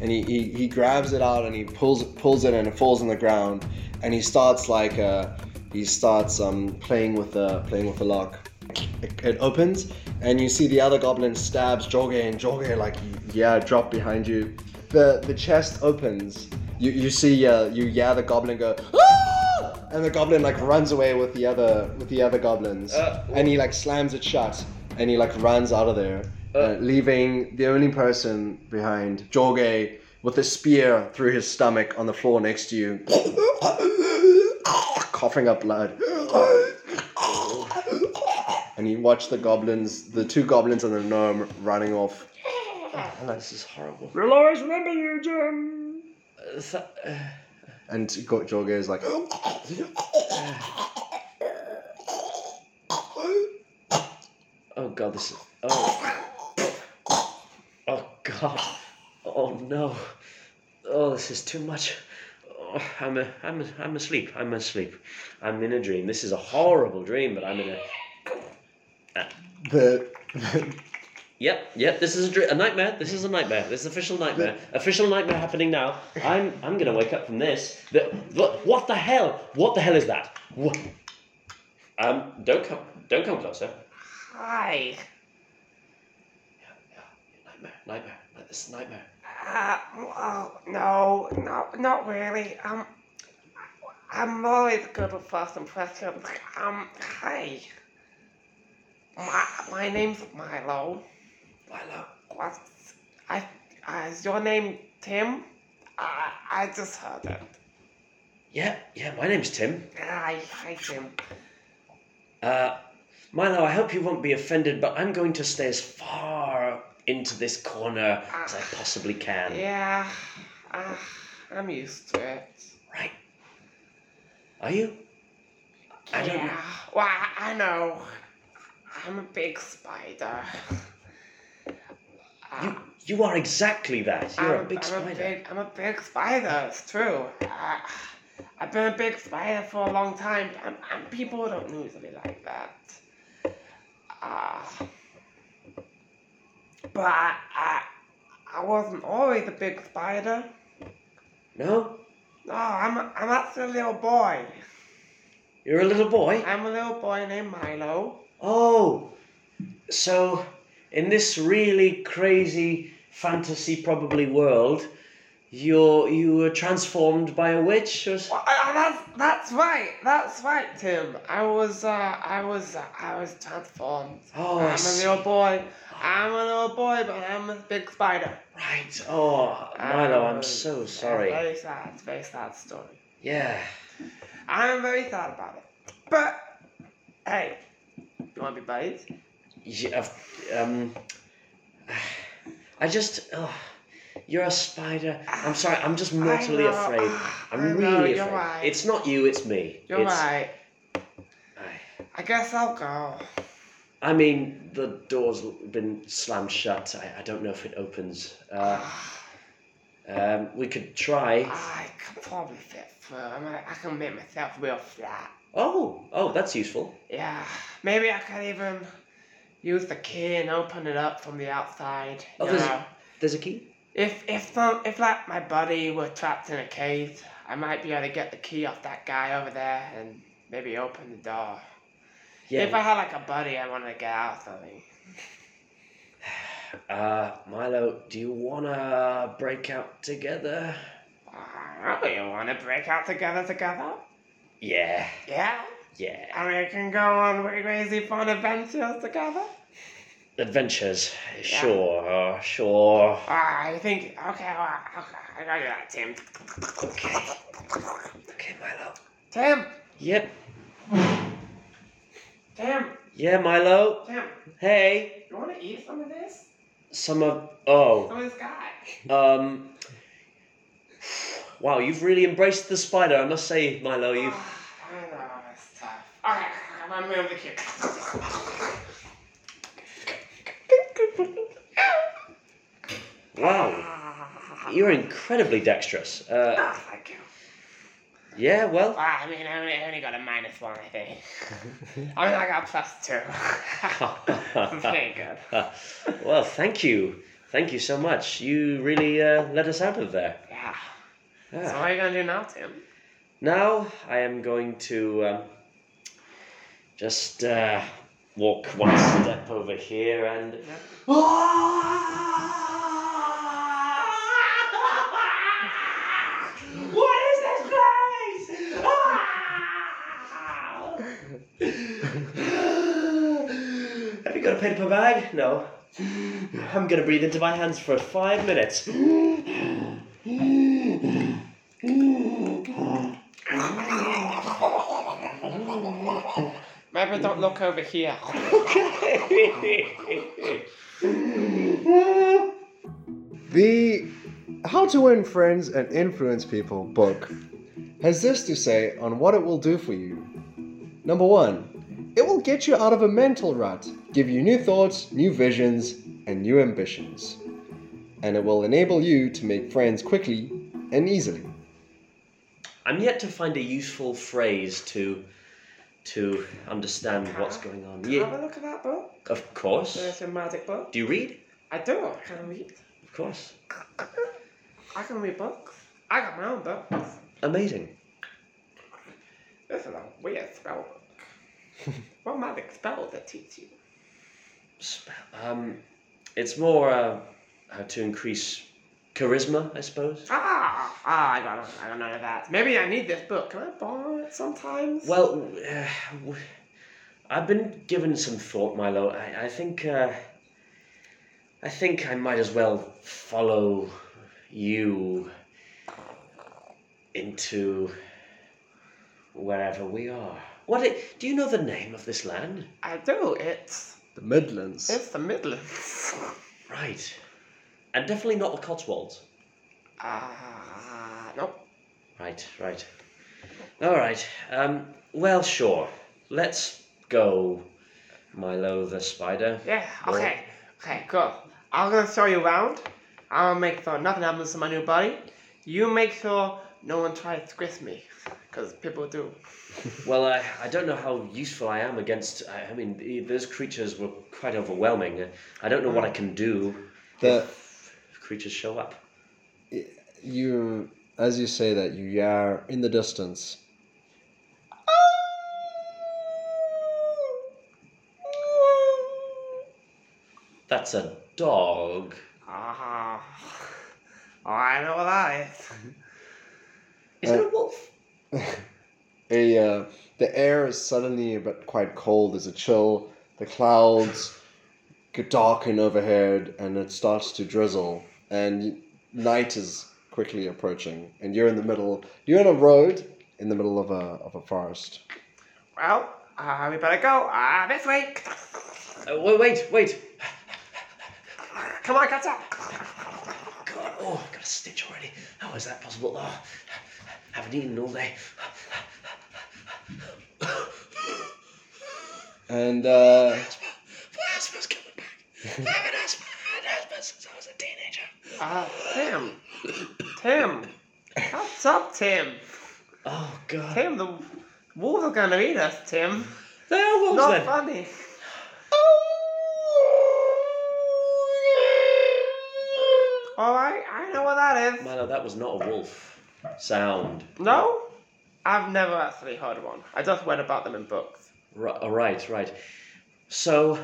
and he, he, he grabs it out and he pulls pulls it and it falls on the ground, and he starts like uh, he starts um playing with the playing with the lock. It, it opens, and you see the other goblin stabs Jorge, and Jorge like yeah drop behind you. The the chest opens. You you see uh, you yeah the goblin go. "Ah!" And the goblin like runs away with the other with the other goblins,
Uh,
and he like slams it shut, and he like runs out of there, uh,
Uh.
leaving the only person behind, Jorge, with a spear through his stomach on the floor next to you, coughing up blood. And you watch the goblins, the two goblins and the gnome running off.
Oh, this is horrible.
We'll always remember you, Jim.
Uh, th- uh,
And Go- Jorge is like,
oh god, this is. Oh. Oh god. Oh no. Oh, this is too much. Oh, I'm a, I'm a, I'm asleep. I'm asleep. I'm in a dream. This is a horrible dream, but I'm in a.
the,
Yep, yep. This is a, dr- a nightmare. This is a nightmare. This is official nightmare. Official nightmare happening now. I'm I'm gonna wake up from this. The, the, what the hell? What the hell is that? What? Um, don't come, don't come closer.
Hi.
Nightmare, nightmare. Like This is a nightmare.
Uh, well, no, not, not really. Um, I'm always good with first impressions. Um, hi. My, my name's Milo. Milo. What's, I, uh, is your name Tim? Uh, I just heard it.
Yeah, yeah. My name's Tim.
Hi, hi Tim.
Uh, Milo, I hope you won't be offended, but I'm going to stay as far into this corner as I possibly can.
Yeah, uh, I'm used to it.
Right? Are you? I don't.
Yeah, well, I know. I'm a big spider. Uh,
You, you are exactly that. You're
I'm,
a big
I'm
spider.
A big, I'm a big spider, it's true. Uh, I've been a big spider for a long time. I'm, I'm, people don't usually like that. Uh, but I, I, I wasn't always a big spider.
No?
No, I'm, a, I'm actually a little boy.
You're a little boy?
I'm a little boy named Milo.
Oh! So, in this really crazy fantasy probably world, you're you were transformed by a witch or s-
Well, I- I- that's that's right. That's right, Tim. I was uh, I was uh, I was transformed.
Oh, I
I'm a
see.
little boy. I'm a little boy, but I'm a big spider. Um,
Right. Oh, Milo, I'm so sorry.
Very sad. Very sad story.
Yeah.
I'm very sad about it. But hey, you want to be buddies?
Y- of- Um, I just. Oh, you're a spider. I'm sorry. I'm just mortally
know.
afraid.
I
I'm
know,
really
you're
afraid.
right.
It's not you. It's me.
You're
it's,
right.
I-
I guess I'll go.
I mean, the door's been slammed shut. I, I don't know if it opens. Uh, um, we could try.
I can probably fit through. I, mean, I can make myself real flat.
Oh, oh, that's useful.
Yeah, maybe I can even use the key and open it up from the outside.
Oh,
you
there's-
know.
There's a key.
If if some, if like my buddy were trapped in a cave, I might be able to get the key off that guy over there and maybe open the door. If I
Yeah.
had like a buddy, I wanted to get out or something.
Uh, Milo, do you wanna break out together?
Uh, we want to break out together together.
Yeah,
Yeah,
yeah.
and we can go on crazy fun adventures together.
Adventures. Sure, sure.
Uh, I think okay, well, okay, I gotta do that, Tim.
Okay. Okay, Milo.
Tim,
Yep.
Tim,
Yeah, Milo.
Tim.
Hey.
You want to eat some of this?
Some of. Oh.
Some of this guy.
Um, wow, you've really embraced the spider, I must say, Milo. You've
Ah, I know it's tough. Okay, I'm gonna move the kid.
wow,
Ah,
you're incredibly dexterous. Uh,
Oh, thank you.
yeah,
Well,
well,
I mean, I only, I only got a minus one, I think. I mean, I got a plus two. Very good.
well, thank you, thank you so much. You really uh, let us out of there.
Yeah. So what
Ah.
are you gonna do now, Tim?
Now I am going to um, just uh, walk one step over here and.
what is this place?
Have you got a paper bag? No. I'm gonna breathe into my hands for five minutes.
Maybe don't look over here.
The How to Win Friends and Influence People book has this to say on what it will do for you. Number one, it will get you out of a mental rut, give you new thoughts, new visions, and new ambitions. And it will enable you to make friends quickly and easily.
I'm yet to find a useful phrase to to understand what's going on.
Have
Yeah,
a look at that book.
of course.
There's a magic book.
Do you read?
I do. I can read.
Of course.
I can read books. I got my own books.
Amazing.
This is a weird spell book. what magic spell does it teach you?
Sp- Um, it's more uh, how to increase charisma, I suppose.
Ah, ah, I got it. I got none of that. Maybe I need this book. Can I borrow it sometimes?
Well, uh, w- I've been given some thought, Milo. I, I think uh, I think I might as well follow you into wherever we are. What i do you know the name of this land?
I do. It's
The Midlands.
it's the Midlands.
Right, and definitely not the Cotswolds.
Ah, nope.
Right, right. All right. Um, well, sure. Let's go, Milo the spider.
Yeah.
No.
Okay. Okay. Cool. I'm gonna show you around. I'll make sure nothing happens to my new body. You make sure no one tries to twist me, because people do.
Well, I, I don't know how useful I am against. I, I mean, the- those creatures were quite overwhelming. I don't know what I can do.
The,
if creatures show up.
you, as you say that, you are in the distance.
That's a dog.
Ah. oh, I know what that is. Uh,
Is it a wolf?
A, uh, the air is suddenly but quite cold. There's a chill. The clouds get darken overhead, and it starts to drizzle. And night is quickly approaching. And you're in the middle. You're on a road in the middle of a of a forest.
Well, uh, we better go. Ah, this way.
Uh, wait, wait, wait.
Come on, catch up.
God, oh, I got a stitch already. How is that possible? Oh, haven't eaten all day.
And uh,
My asthma's coming back. I have an asthma. I had asthma since I was a teenager.
Ah, Tim. Tim. What's up, Tim?
Oh god.
Tim, the wolves are gonna eat us, Tim.
They are wolves
Not
Oh, then.
funny. Alright, Oh, I know what that is.
Milo, that was not a wolf sound.
No? I've never actually heard one. I just read about them in books.
R- oh, right, right. So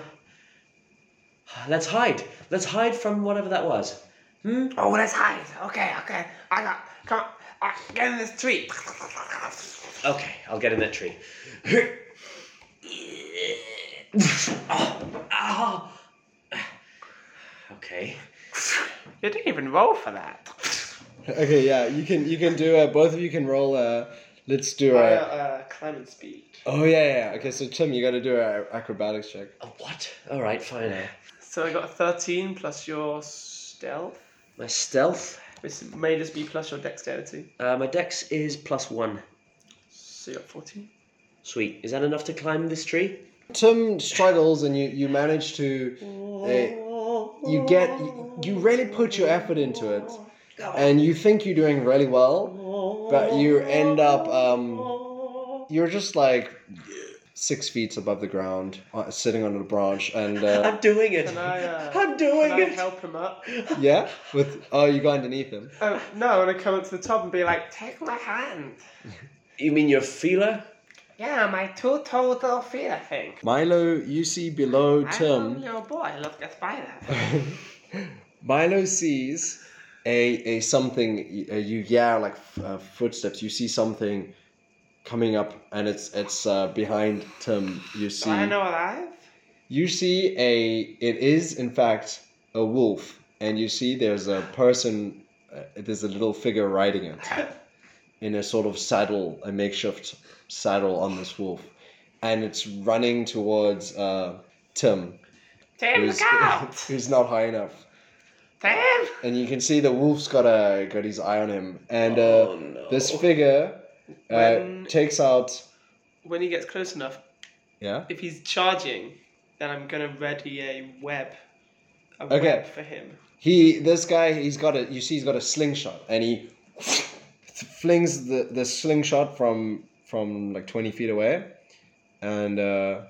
let's hide. Let's hide from whatever that was. Hmm?
Oh, let's hide. Okay, okay. I got. Come on. I, get in this tree.
Okay, I'll get in that tree. oh, ow. Okay.
You didn't even roll for that.
okay, yeah, you can you can do uh, both of you can roll. Uh, let's do
Oh,
Uh,
a.
uh, climbing speed.
Oh yeah, yeah. Okay, so Tim, you got to do a acrobatics check.
Oh, what? All right, fine.
So I got 13 plus your stealth,
My stealth,
which may just be plus your dexterity.
uh, my dex is plus one.
So you got 14.
Sweet. Is that enough to climb this tree?
Tim struggles, and you you manage to. uh, you get you- you really put your effort into it, and you think you're doing really well, but you end up um, you're just like six feet above the ground, uh, sitting on a branch, and uh,
I'm doing it.
Can I, uh,
I'm
Oh
doing
Can I
it.
help him up?
yeah, with oh you go underneath him.
Oh, no, and I come up to the top and be like, take my hand.
You mean your feeler?
Yeah, my two toed little feet, I think.
Milo, you see below
I'm a
Tim.
little boy, look at spider.
Milo sees a, a something. uh you yeah, like f- uh, footsteps. You see something coming up, and it's it's uh, behind Tim. You
Do
see.
Oh, I know what I have?
You see a. It is in fact a wolf, and you see there's a person. Uh, there's a little figure riding it, in a sort of saddle, a makeshift saddle on this wolf, and it's running towards uh, Tim,
Tim,
who's,
look out!
who's not high enough.
Tim!
and you can see the wolf's got a got his eye on him, and uh,
Oh, no.
this figure uh,
When-
takes out.
When he gets close enough,
Yeah.
if he's charging, then I'm gonna ready a web. A
Okay.
web for him.
He this guy he's got a you see he's got a slingshot, and he flings the the slingshot from from like twenty feet away, and uh,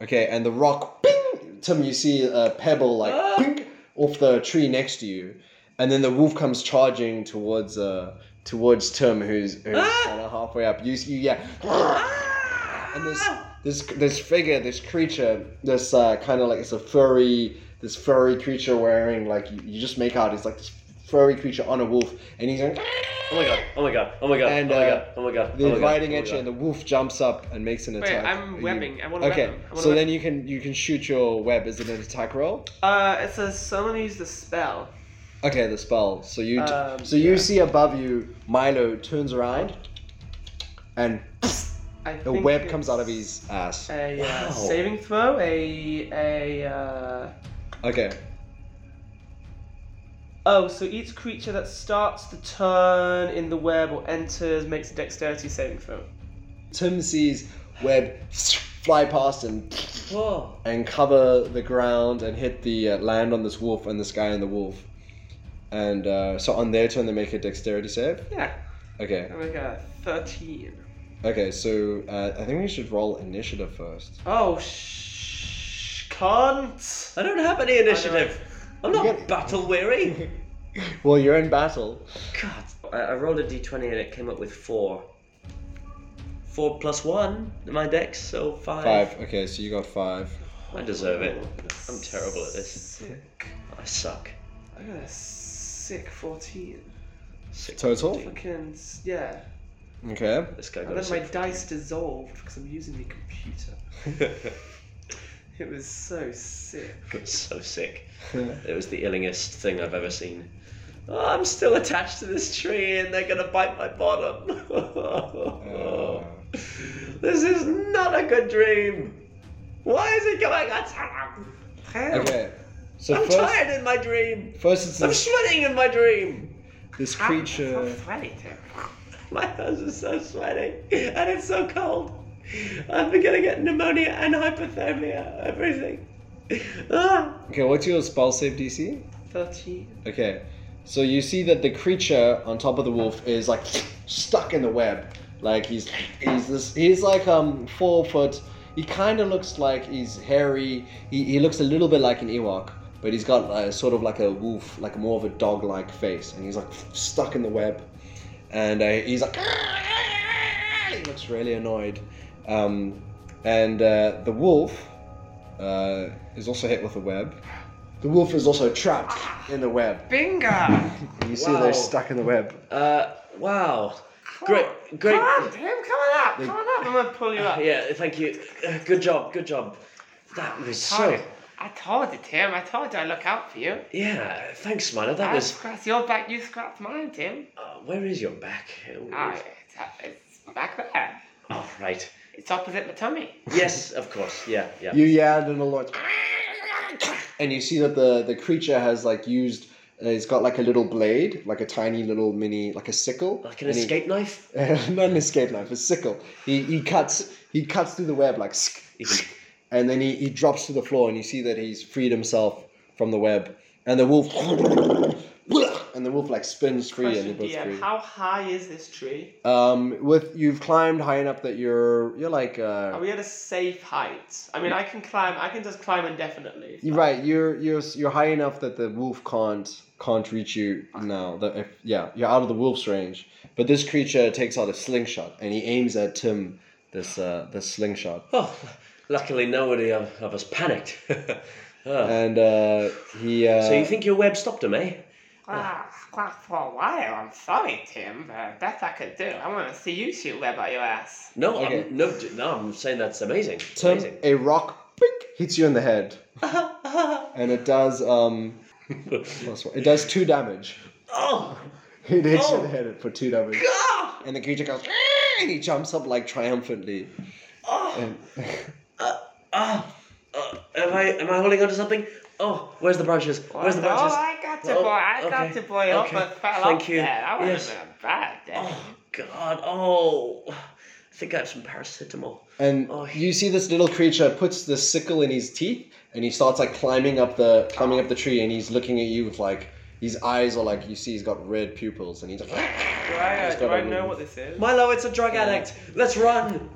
okay, and the rock. Bing, Tim, you see a pebble like
Ah!
bing, off the tree next to you, and then the wolf comes charging towards uh towards Tim, who's who's
Ah!
kind of halfway up. You see, yeah. Ah! and this this this figure, this creature, this uh, kind of like it's a furry, this furry creature wearing like you, you just make out it's like this furry creature on a wolf, and he's like, "Ah!"
Oh my god! Oh my god! Oh my god!
And,
oh my
uh,
god! Oh my god! oh
they're
my God,
riding
oh my
at you, and
God.
the wolf jumps up and makes an
Wait,
attack.
I'm
You-
webbing. I want to
Okay,
web him. I wanna
so
web-
then you can you can shoot your web. Is it an attack roll?
Uh, it says someone used the spell.
Okay, the spell. So you t-
Um,
so you see above you, Milo turns around, and
I
the
think
web comes out of
it's
his ass.
A
Wow.
uh, saving throw. A a. Uh,
Okay,
Oh, so each creature that starts the turn in the web or enters makes a dexterity saving throw.
Tim sees web fly past and
Whoa!
and cover the ground and hit the uh, land on this wolf and this guy and the wolf. And uh, so on their turn, they make a dexterity save.
Yeah,
Okay,
I make a 13.
okay. So uh, I think we should roll initiative first.
Oh, shh. Can't.
I don't have any initiative. I'm
You
not
got-
battle weary.
Well, you're in battle.
God, I, I rolled a d20 and it came up with four. Four plus one in my dex, so five.
Five. Okay, so you got five.
I deserve it. I'm terrible at this.
Oh, Sick.
I suck.
I got a sick 14.
Sick
Total?
dude.
Fucking, s- yeah.
Okay.
This guy
And
got a
then my
sick.
dice dissolved because I'm using the computer. It was so sick.
It's so sick.
Uh,
It was the illingest thing I've ever seen. Oh, I'm still attached to this tree and they're gonna bite my bottom. Oh.
Uh,
This is not a good dream. Why is it going on?
okay. So
I'm
first,
tired in my dream.
first it's
I'm
this,
sweating in my dream.
this
I'm so
creature.
sweaty, Tim.
My hands are so sweaty and it's so cold. I'm gonna get pneumonia and hypothermia, everything. Ah.
Okay, what's your spell save DC?
30.
Okay, so you see that the creature on top of the wolf is like stuck in the web. Like he's he's this he's like um four foot. He kind of looks like he's hairy. He, he looks a little bit like an Ewok, but he's got uh, sort of like a wolf, like more of a dog-like face, and he's like stuck in the web. And uh, he's like he looks really annoyed. Um, and uh, the wolf uh, is also hit with a web. The wolf is also trapped in the web.
Bingo!
You see they're stuck in the web.
Uh, wow. Great, great.
Come on, Tim, come on up, come on
I'm
up.
gonna pull you up.
Yeah, thank you. Uh, good job, good job. That was so.
I told you, Tim, I told you I'd look out for you.
Yeah, thanks, Smiler. That
I
was.
scratched your back, you scratched mine, Tim.
Uh, where is your back?
Ah, it's, it's back there.
All right.
It's opposite my tummy.
Yes, of course. Yeah, yeah.
You yelled and alert. And you see that the, the creature has like used, uh, it's got like a little blade, like a tiny little mini, like a sickle.
Like an
and he-
escape knife?
not an escape knife, a sickle. He, he cuts he cuts through the web like, sk-
Even-
and then he, he drops to the floor, and you see that he's freed himself from the web. And the wolf, and the wolf like spins free, and
Question
they're both
DM,
free.
how high is this tree?
Um, with you've climbed high enough that you're you're like
Are
uh,
we at a safe height? I mean, I can climb, I can just climb indefinitely.
you're right. You're you're you're high enough that the wolf can't can't reach you now. That if, yeah, you're out of the wolf's range. But this creature takes out a slingshot and he aims at Tim. This uh, this slingshot.
Oh, luckily nobody of, of us panicked. Oh.
and uh, he. Uh,
so you think your web stopped him, eh?
Ah, well, for a while, I'm sorry, Tim, but that's I could do. I want to see you shoot web out your ass.
No,
Okay.
I'm, no, d- no, I'm saying that's amazing. It's
Tim,
amazing.
a rock bink, hits you in the head, and it does um, plus one- it does two damage.
oh,
It hits you
Oh.
in the head for two damage,
God!
and the creature goes "Ah," and he jumps up like triumphantly.
Oh,
And
ah, uh, am I am I holding onto something? Oh, where's the branches? Where's the
oh,
branches?
I got the
Oh,
boy, I got
okay,
the boy up
okay.
and fell
Thank
off
you.
there. That would have
Yes.
been a bad day.
Oh God! Oh, I think I have some paracetamol.
and
Oh.
you see this little creature puts the sickle in his teeth, and he starts like climbing up the climbing up the tree, and he's looking at you with like his eyes are like you see he's got red pupils, and he's like. "Ah."
Do I, uh,
Just
do
gotta
I know
move.
what this is?
Milo, it's a drug addict. Let's run.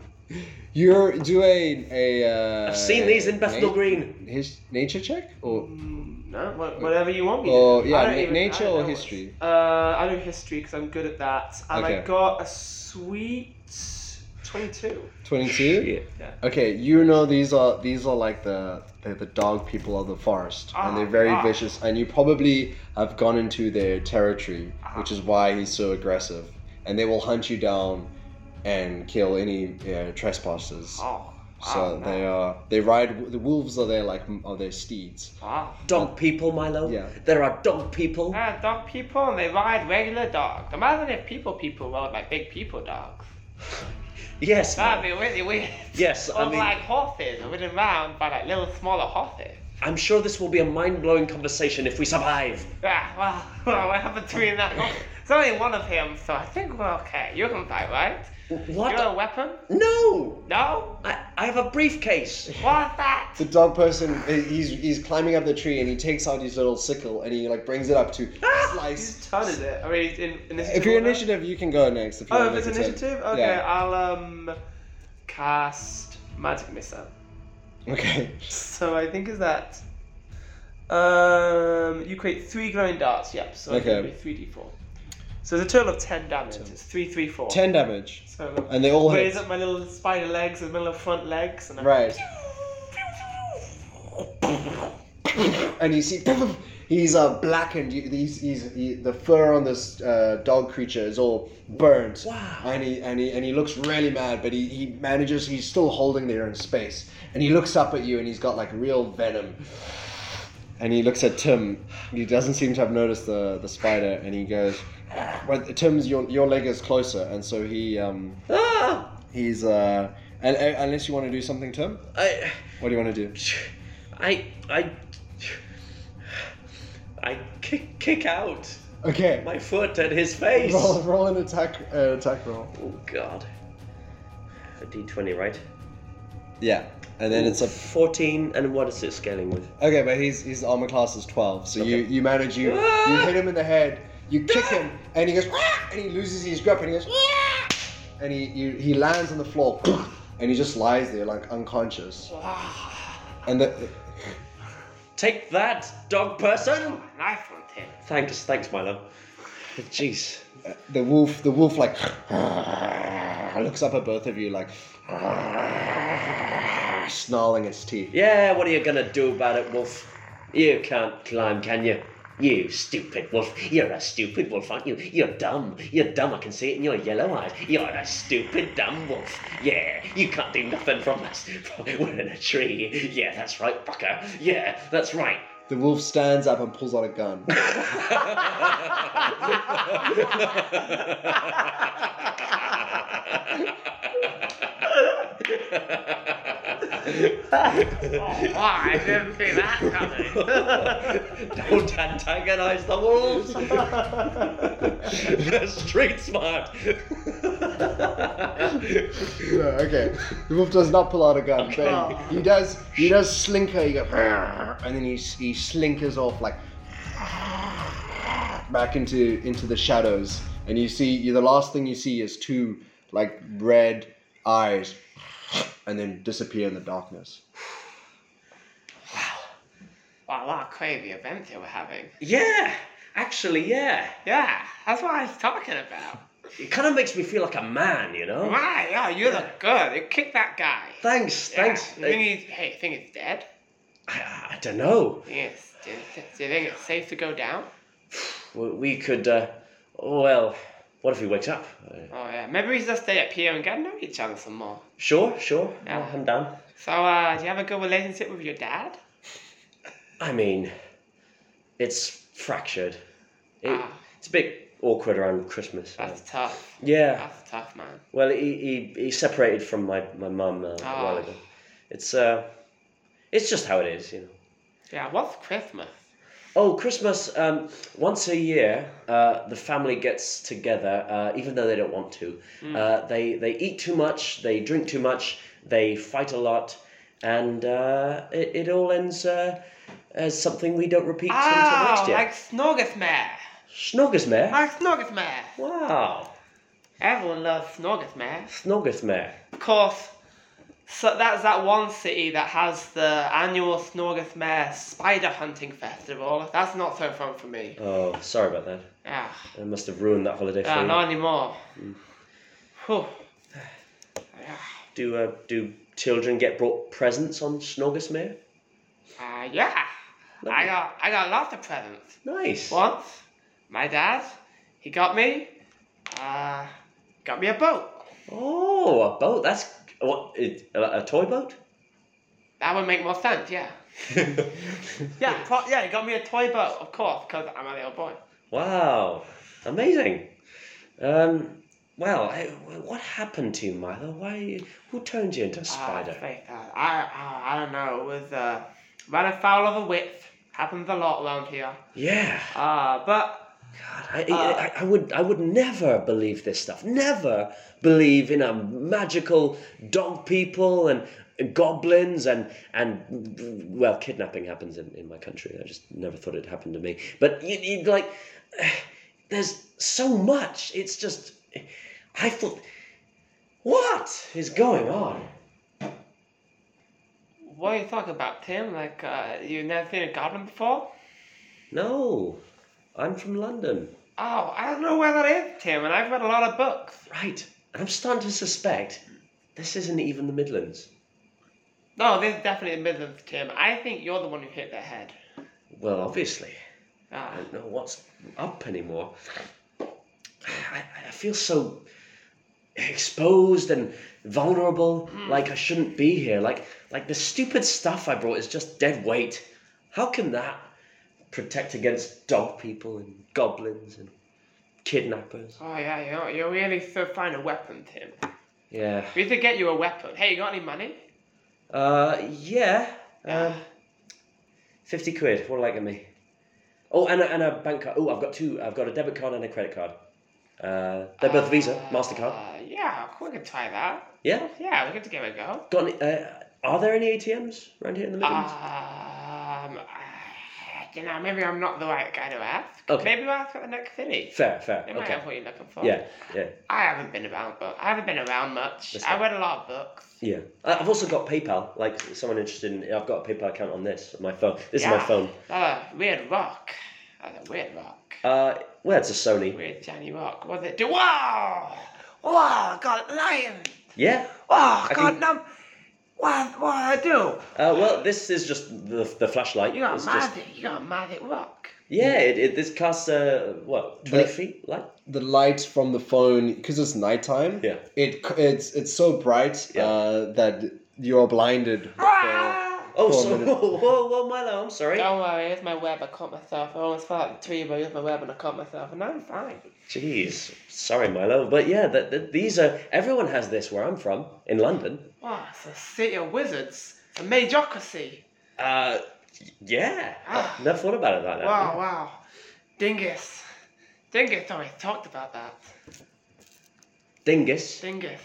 You're do a a. Uh,
I've seen these in Bethnal
na-
Green.
His nature check or
Mm, No, wha- whatever you want me to
or
do.
yeah,
I don't
na-
even- I
nature
don't
or
know what's-
history.
Uh, I do history because I'm good at that. And I
Okay.
got a sweet 22.
22
Yeah.
okay you know these are these are like the they're the dog people of the forest and they're very
Ah, ah.
vicious and you probably have gone into their territory which is why he's so aggressive and they will hunt you down and kill any uh, trespassers
Oh,
so
wow,
they
no.
are they ride the wolves are their like are their steeds
Wow.
Dog people, Milo.
Yeah.
There are dog people.
Ah, dog people, and they ride regular dogs. Imagine if people people rode like big people dogs.
Yes.
That'd
Milo.
be really weird.
Yes.
Or
I mean,
like horses, ridden around by like little smaller horses.
I'm sure this will be a mind-blowing conversation if we survive.
Yeah, well, well, we're between that. There's only one of him, so I think we're okay. You can fight, right?
What?
You got a weapon?
No.
No?
I, I have a briefcase.
What's that?
the dog person he- he's he's climbing up the tree and he takes out his little sickle and he like brings it up to slice
Whose turn is it? I mean, in, initiative
if you're
order?
initiative you can go next if you
Oh,
want
if it's
to make a turn.
initiative? Okay,
Yeah.
I'll um cast Magic Missile.
okay
So I think is that. Um, you create three glowing darts. Yep. So
Okay.
okay. three d four. So it's a total of ten damage. It's three, three, four.
10 damage
So
and they all hit
raise up my little spider legs and my little front legs, and I
Right. And you see, he's uh, blackened. You- He's, he's, he, the fur on this uh, dog creature is all burnt.
Wow.
And he and he and he looks really mad, but he, he manages. He's still holding there in space, and he looks up at you, and he's got like real venom. And he looks at Tim. He doesn't seem to have noticed the, the spider, and he goes, "Well, Tim's your your leg is closer, and so he um
Ah.
he's uh." And, uh, unless you want to do something, Tim,
I.
what do you want to do?
I. I. I kick, kick out
Okay.
my foot at his face.
Roll, roll an attack, uh, attack roll.
Oh God. a d20, right?
Yeah, and then it's a
14, and what is it scaling with?
okay, but his his armor class is twelve. So you you manage you
Ah!
you hit him in the head, you kick him, and he goes "Ah!" and he loses his grip and he goes "Ah!" and he you, he lands on the floor and he just lies there like unconscious.
Ah.
And the,
Take that, dog person!
Knife on him.
Thanks, thanks, Milo. Jeez.
the wolf the wolf like looks up at both of you like snarling its teeth.
Yeah, what are you gonna do about it, wolf? You can't climb, can you? You stupid wolf. You're a stupid wolf, aren't you? You're dumb. You're dumb, I can see it in your yellow eyes. You're a stupid, dumb wolf. Yeah, you can't do nothing from us. We're in a tree. Yeah, that's right, fucker. Yeah, that's right.
The wolf stands up and pulls out a gun.
Oh, I didn't see that coming.
Don't antagonize the wolves. They're street smart.
No, okay. The wolf does not pull out a gun,
Oh.
but he does. He does slinker. He goes, and then he s- he slinkers off like back into into the shadows. And you see, you, the last thing you see is two like red eyes, and then disappear in the darkness.
Wow, what a crazy event they were having.
yeah, actually, yeah.
Yeah, that's what I was talking about.
It kind of makes me feel like a man, you know?
My, yeah, you look good. You kicked that guy.
Thanks,
Yeah.
thanks.
You think he's, hey, you think he's dead?
I, I don't know.
Yes. Do you, do you think it's safe to go down?
We, we could, uh, well, what if he wakes up? Uh,
Oh yeah, maybe we should just stay up here and get to know each other some more.
sure, sure.
Yeah.
I'm down.
So, uh, do you have a good relationship with your dad?
I mean, it's fractured. It,
Ah.
It's a bit awkward around Christmas. uh,
That's tough.
yeah.
That's tough, man.
Well, he, he, he separated from my, my mum uh, a while
Ah.
ago. It's uh, it's just how it is, you know.
Yeah, what's Christmas?
Oh, Christmas! Um, once a year, uh, the family gets together, uh, even though they don't want to. Uh, they they eat too much, they drink too much, they fight a lot, and uh, it, it all ends uh, as something we don't repeat until next
Oh,
year.
like Snorgasmare.
Snorgasmare.
Like Snorgasmare.
Wow,
Everyone loves Snorgasmare.
Snorgasmare.
Of course, so that's that one city that has the annual Snorgasmare spider hunting festival. That's not so fun for me.
Oh, sorry about that.
Yeah,
I must have ruined that holiday for
yeah
you.
ah, not anymore. Whew. Yeah.
Do uh, do children get brought presents on Snorgasmere?
Uh, yeah. I got I got lots of presents.
Nice.
Once, my dad, he got me, uh, got me a boat.
Oh, a boat. That's what it, a, a toy boat.
That would make more sense, yeah. Yeah, pro- yeah, he got me a toy boat, of course, because I'm a little boy.
wow, amazing. Um, well, I- what happened to you, Milo? Why? Who turned you into a
Uh,
spider?
faith, uh, I, I, I don't know, it was, uh, ran afoul of a whip. Happens a lot around here.
yeah.
Uh, but,
God, I, I, I would I would never believe this stuff. Never believe in a magical dog people and goblins and and well, kidnapping happens in, in my country. I just never thought it happened to me. But you, you like, there's so much. It's just, I thought, what is going on?
what are you talking about, Tim? Like, uh, you've never seen a goblin before?
No, I'm from London,
Oh, I don't know where that is, Tim, and I've read a lot of books.
right? And I'm starting to suspect this isn't even the Midlands.
No, this is definitely the Midlands, Tim. I think you're the one who hit the head.
Well, obviously. I
Ah,
don't know what's up anymore. I, I feel so exposed and vulnerable, like I shouldn't be here. Like like the stupid stuff I brought is just dead weight. How can that protect against dog people and goblins and kidnappers?
oh yeah, you're, you're really so fine a weapon, Tim.
Yeah.
We should get you a weapon. Hey, you got any money?
Uh yeah. Um, fifty quid. What will that give me? Oh, and a, and a bank card. Oh, I've got two. I've got a debit card and a credit card. Uh, they're both Visa, MasterCard.
Uh, yeah, we could try that.
Yeah?
Yeah, we could give it a go.
Got any, uh, are there any ATMs around here in the Midlands?
Ah. Um, I don't know, maybe I'm not the right guy to ask.
Okay.
Maybe we'll ask at the next city.
fair, fair.
They might
Okay.
have what you're looking for.
Yeah, yeah,
I haven't been around, but I haven't been around much.
That's
I
fine.
read a lot of books.
yeah. I- I've also got PayPal. Like someone interested in, I've got a PayPal account on this, on my phone. This is my
Yeah.
phone.
That's a Uh, weird rock. That's a weird rock.
Uh, well, it's a Sony.
Weird Johnny Rock. Was it? Wow! Wow! Got lion.
Yeah.
Wow!
I
Oh, God,
think-
num. What? What I do?
Uh, well, this is just the, the flashlight.
You got
It's
mad.
just-
at- You got mad at rock.
yeah, it, it, this casts, uh, what, 20
The-
feet light?
the light from the phone because it's nighttime.
Yeah.
It c- it's it's so bright
Yeah.
uh, that you are blinded.
Ah!
Oh,
Four
so,
minutes.
whoa, whoa, whoa, Milo, I'm sorry.
Don't worry, it's my web. I caught myself. I almost fell out the tree, but it was my web, and I caught myself, and I'm fine.
Jeez, sorry, Milo, but yeah, that that these are everyone has this where I'm from in London.
Wow! It's a city of wizards. It's a majocracy.
Uh, yeah, I never thought about it like that.
Ah. Wow! Wow! Dingus. Dingus always talked about that.
Dingus.
Dingus.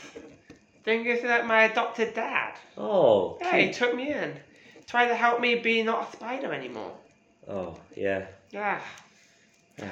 Dingus is like my adopted dad.
Oh,
Yeah, he
cute.
took me in. Tried to help me be not a spider anymore.
Oh, yeah.
Yeah. Uh,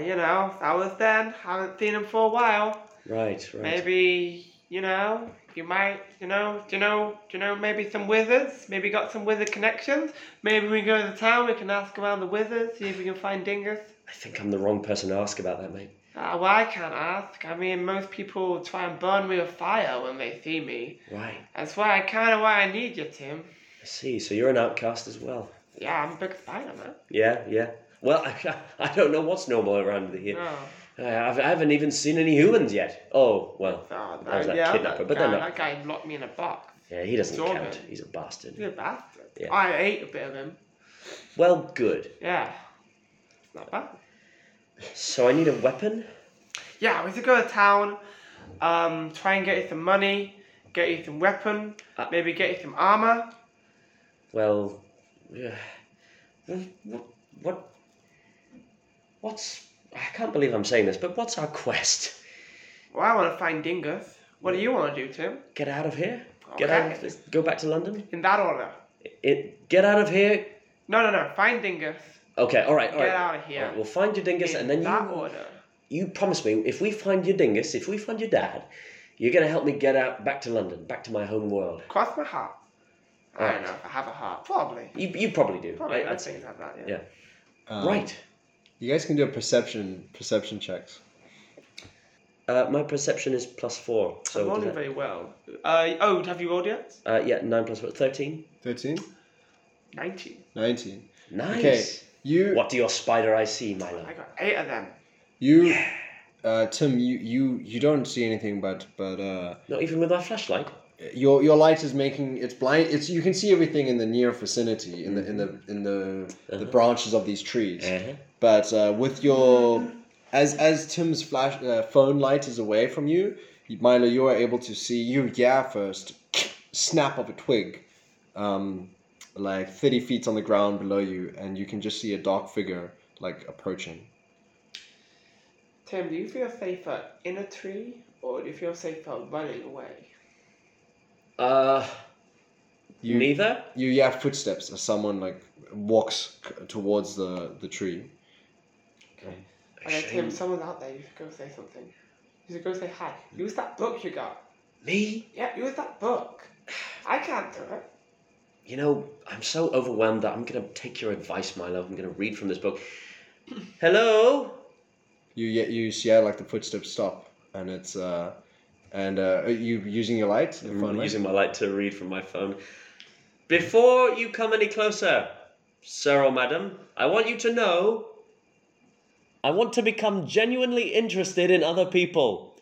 you know, that was then. Haven't seen him for a while.
Right, right.
Maybe, you know, you might, you know, you know, you know, maybe some wizards. Maybe got some wizard connections. Maybe we go to the town, we can ask around the wizards, see if we can find Dingus.
I think I'm the wrong person to ask about that, mate.
Uh, well, I can't ask. I mean, most people try and burn me with fire when they see me.
Right.
That's why I kind of why I need you, Tim.
I see. So you're an outcast as well.
Yeah, I'm a big spider man.
Yeah, yeah. Well, I, I don't know what's normal around here.
Oh.
I, I've, I haven't even seen any humans yet. Oh, well.
Oh,
That was that
yeah,
kidnapper,
that
but
guy,
they're not-
That guy locked me in a box.
Yeah, he doesn't
Jordan.
count. He's a bastard.
He's a bastard.
Yeah.
I ate a bit of him.
Well, good.
Yeah. Not bad.
So I need a weapon?
Yeah, we should go to town, um, try and get you some money, get you some weapon,
Uh,
maybe get you some armor.
Well, yeah. What, what? What's? I can't believe I'm saying this, but what's our quest?
Well, I want to find Dingus. What do you want to do, Tim?
Get out of here. Get out of
Okay.
this. Go back to London.
In that order.
It. Get out of here.
No, no, no. Find Dingus.
Okay. All right. All right.
Get out of here.
All right, we'll find your dingus,
in
and then
that
you.
order.
You promise me if we find your dingus, if we find your dad, you're gonna help me get out back to London, back to my home world.
Cross my heart. I
Alright.
don't know if I have a heart. Probably.
You, you probably do.
Probably.
I,
I,
would say.
think I have that.
yeah.
Yeah.
Um,
right.
You guys can do a perception perception checks.
Uh, my perception is plus four. So
I'm
does
rolling
that-
very well. Uh, oh, have you rolled yet?
uh, yeah, nine plus what? Thirteen.
13?
19.
19.
Nice.
Okay. You
What do your spider eyes see, Milo?
I got eight of them.
you uh, Tim, you, you you don't see anything but but uh,
Not even with my flashlight.
your your light is making it's blind it's you can see everything in the near vicinity in the in the in the,
Uh-huh.
the branches of these trees. But uh, with your as as Tim's flash uh, phone light is away from you, Milo, you are able to see you. Yeah, first snap of a twig, um, like thirty feet on the ground below you, and you can just see a dark figure like approaching.
Tim, do you feel safer in a tree or do you feel safer running away?
Uh,
You
neither.
you yeah footsteps as someone like walks c- towards the the tree.
Okay, Tim,
Shame.
someone's out there. You should go say something. You should go say hi. Use that book you got.
Me?
Yeah, use that book. I can't do it.
You know, I'm so overwhelmed that I'm gonna take your advice, Milo. I'm gonna read from this book. Hello.
You yeah you see yeah, like the footsteps stop, and it's uh, and uh, are you using your light, the phone
I'm
light?
Mm, using my light to read from my phone. Before you come any closer, sir or madam, I want you to know. I want to become genuinely interested in other people.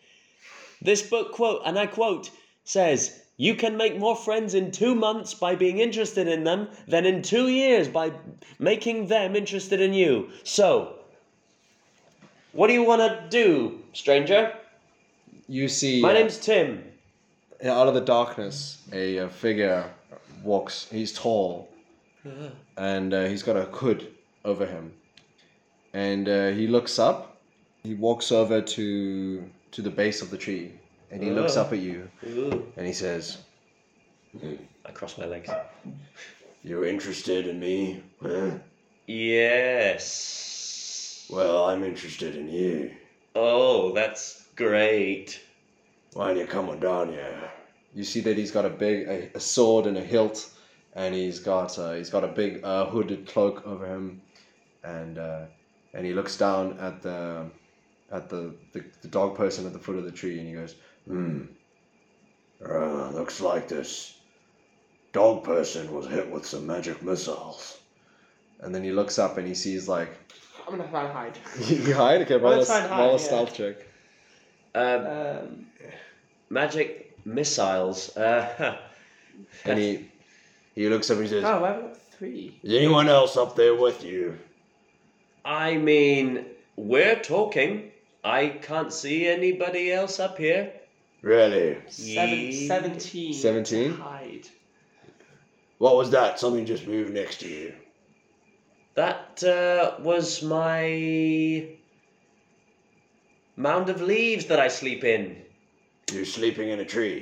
This book quote, and I quote, says, "You can make more friends in 2 months by being interested in them than in 2 years by making them interested in you." So, what do you want to do, stranger?
you see
My
uh,
name's Tim.
out of the darkness, a, uh figure walks. He's tall, and uh, he's got a hood over him, and uh, he looks up, He walks over to to the base of the tree and he looks
Oh.
up at you and he says,
I cross my legs.
"You're interested in me? Huh?
Yes.
Well, I'm interested in you.
Oh, that's great.
Why don't you come on down here?" You see that he's got a big a, a sword and a hilt, and he's got uh, he's got a big uh, hooded cloak over him, and uh, and he looks down at the at the, the the dog person at the foot of the tree and he goes, "Hmm, uh, looks like this dog person was hit with some magic missiles." And then he looks up and he sees like
I'm gonna try and hide.
you hide okay, roll
I'll
a,
try and hide,
roll a
yeah.
stealth check.
Um,
Um,
magic missiles. Uh,
And he he looks up and he says,
oh, I've got three.
"Is anyone else up there with you?"
I mean, we're talking. I can't see anybody else up here.
Really?
Seven,
Ye-
Seventeen. to
17?
Hide.
What was that? Something just moved next to you.
That uh, was my mound of leaves that I sleep in.
You're sleeping in a tree.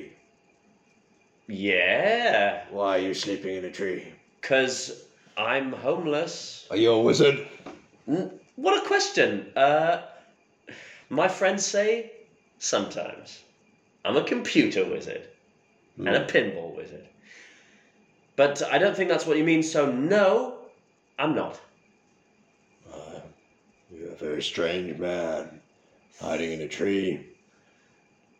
Yeah,
Why are you sleeping in a tree?
because I'm homeless.
Are you a wizard?
N- What a question. Uh, my friends say sometimes I'm a computer wizard
Hmm.
and
Mm.
a pinball wizard. But I don't think that's what you mean, so no, I'm not.
Uh, You're a very strange man, hiding in a tree.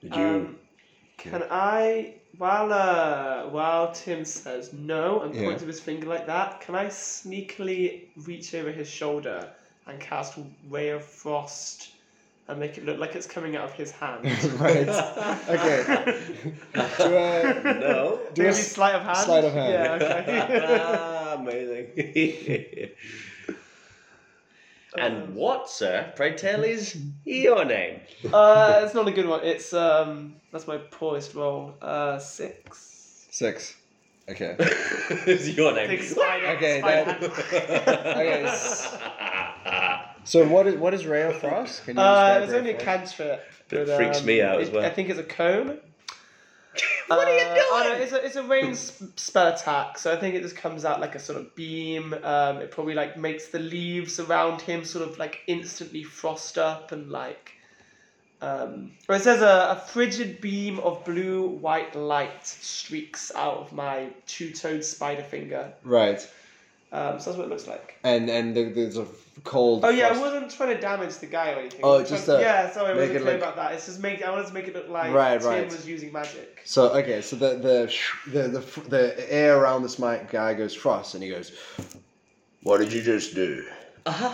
Did you?
Um, Can I, while uh, while Tim says no and
Yeah.
points with his finger like that, can I sneakily reach over his shoulder and cast Ray of Frost and make it look like it's coming out of his hand?
right. Okay. Do a,
No.
do a
Maybe
s-
sleight of hand.
sleight of hand.
Yeah. Okay.
Amazing.
Um,
and what, sir, pray tell, is your name?
uh, it's not a good one. It's um, that's my poorest roll. Uh, six.
six. Okay.
is your name?
Big spider.
Okay,
spider Uh,
that-
hand.
Okay. s- So what is what is Ray of Frost? Can
Uh,
describe
it's
Ray
only a
of Frost?
cantrip.
It freaks me out as
it-
well.
I think it's a cone.
what are you
Uh,
doing?
oh, no, it's a it's a range sp- spell attack, so I think it just comes out like a sort of beam. Um, it probably like makes the leaves around him sort of like instantly frost up and like. Um, or it says a, a frigid beam of blue white light streaks out of my two-toed spider finger.
Right.
Um, so that's what it looks like.
And and there- there's a cold.
Oh yeah, I
frost-
wasn't trying to damage the guy or anything.
Oh,
I was
just
trying-
to
yeah. Sorry, I
make
wasn't
it
clear
look-
about that. It's just make I wanted to make it look like
Right,
Tim
right.
was using magic.
So okay, so the the the the, f- the air around this mic guy goes frost, and he goes, "What did you just do?"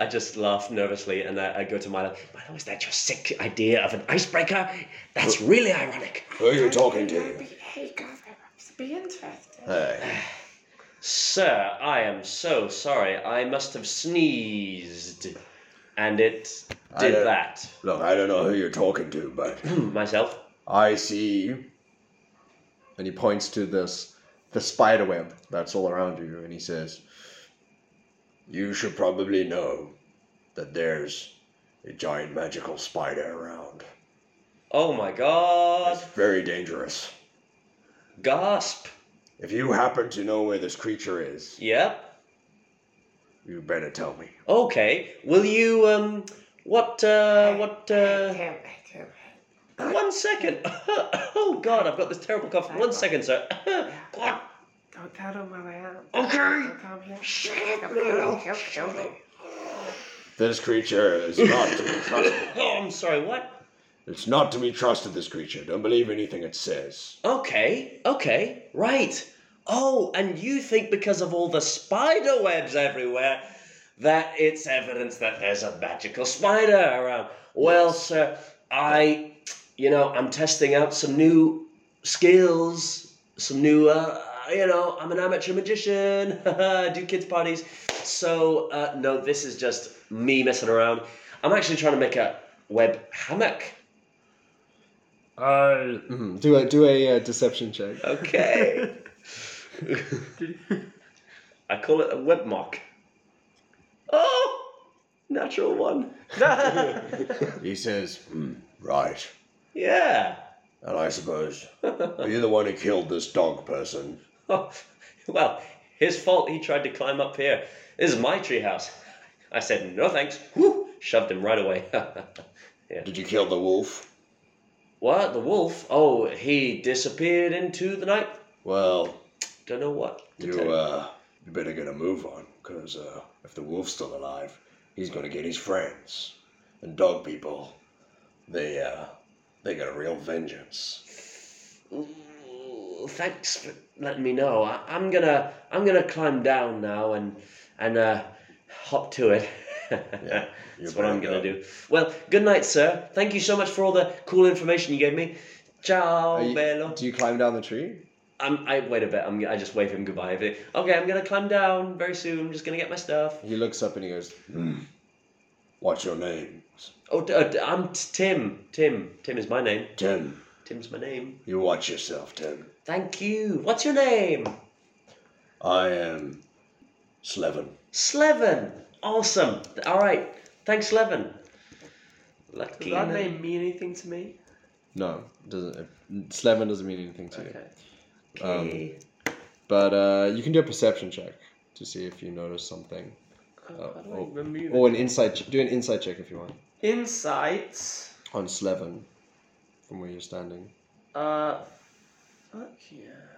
I just laugh nervously and I, I go to Milo. Milo, is that your sick idea of an icebreaker? That's really ironic.
Who are you talking
I'd
to?
be, hey, God, I'd be interested.
Hey,
Sir, I am so sorry. I must have sneezed. And it
I
did
don't-
that.
look, I don't know who you're talking to, but
Myself.
I see you. And he points to this the spider web that's all around you, and he says, "You should probably know that there's a giant magical spider around.
Oh my god.
It's very dangerous."
Gasp.
If you happen to know where this creature is,
Yep.
you better tell me.
Okay. Will you um what uh what
Hey,
uh
Tim, hey, Tim.
one second. oh god, I've got this terrible cough. One second, sir. God.
Don't tell them where I am.
Okay.
Don't tell them here. Shut up, He'll he'll kill me.
This creature is not to be trusted.
Oh, I'm sorry. What?
It's not to be trusted, this creature. Don't believe anything it says.
Okay. Okay. Right. Oh, and you think because of all the spider webs everywhere that it's evidence that there's a magical spider around. Well, sir, I, you know, I'm testing out some new skills, some new, uh, you know, I'm an amateur magician, I do kids' parties. So, uh, no, this is just me messing around. I'm actually trying to make a web hammock.
I
Do a do a uh, deception check.
Okay. I call it a web mock. Oh! Natural one.
He says, hmm, right.
yeah.
And I suppose you're the one who killed this dog person.
Oh, well, his fault he tried to climb up here. This is my treehouse. I said, no thanks. Whew, shoved him right away.
Did you kill the wolf?
what? The wolf? Oh, he disappeared into the night?
Well,
Don't know what. to tell
you, uh, you better get a move on, because uh, if the wolf's still alive, he's going to get his friends. And dog people, they, uh, they got a real vengeance.
Ooh, thanks for letting me know. I, I'm gonna I'm gonna climb down now and and uh, hop to it.
you're
That's what I'm
brave,
gonna
though.
do. Well, good night, sir. Thank you so much for all the cool information you gave me. Ciao,
Are you-
bello.
do you climb down the tree?
I'm, I wait a bit. I'm, I just wave him goodbye. If it- Okay, I'm gonna climb down very soon. I'm just gonna get my stuff.
He looks up and he goes,
What's your name?
Oh, d- uh, d- I'm t- Tim. Tim. Tim is my name.
Tim.
Tim's my name.
You watch yourself, Tim.
Thank you. What's your name?
I am Slevin.
Slevin. Awesome. All right. Thanks, Slevin. Lucky.
Does that
na-
name mean anything to me?
"No, doesn't. Slevin doesn't mean anything to you.
Okay.
Um, but uh, you can do a perception check to see if you notice something,
Oh, how do I
oh,
remove
or
it?
an insight. ch- Do an insight check if you want
Insight.
on Slevin, from where you're standing.
Uh, fuck yeah.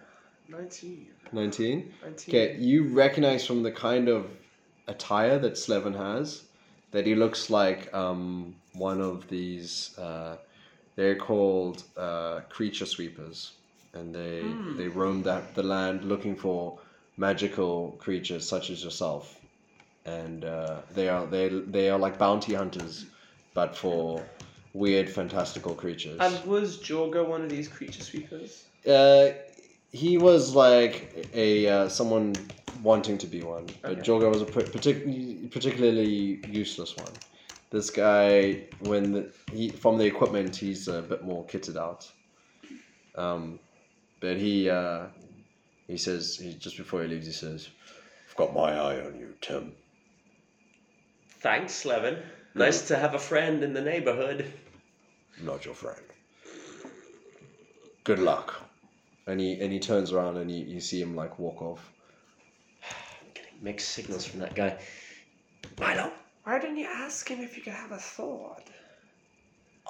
19.
Nineteen.
19.
Okay, you recognize from the kind of attire that Slevin has that he looks like um, one of these. Uh, they're called uh, creature sweepers, and they they roam that the land looking for magical creatures such as yourself, and uh, they are they they are like bounty hunters, but for weird fantastical creatures.
And was Jorgo one of these creature sweepers?
Uh, he was like a uh, someone wanting to be one, but
Okay.
Jorgo was a par- partic- particularly useless one. This guy, when the, he from the equipment, he's a bit more kitted out. Um, but he uh, he says he, just before he leaves, he says,
I've got my eye on you, Tim.
Thanks, Slevin. Nice to have a friend in the neighborhood.
I'm not your friend. Good luck.
and he and he turns around and you, you see him like walk off.
Getting mixed signals from that guy. Milo.
Why didn't you ask him if you could have a sword?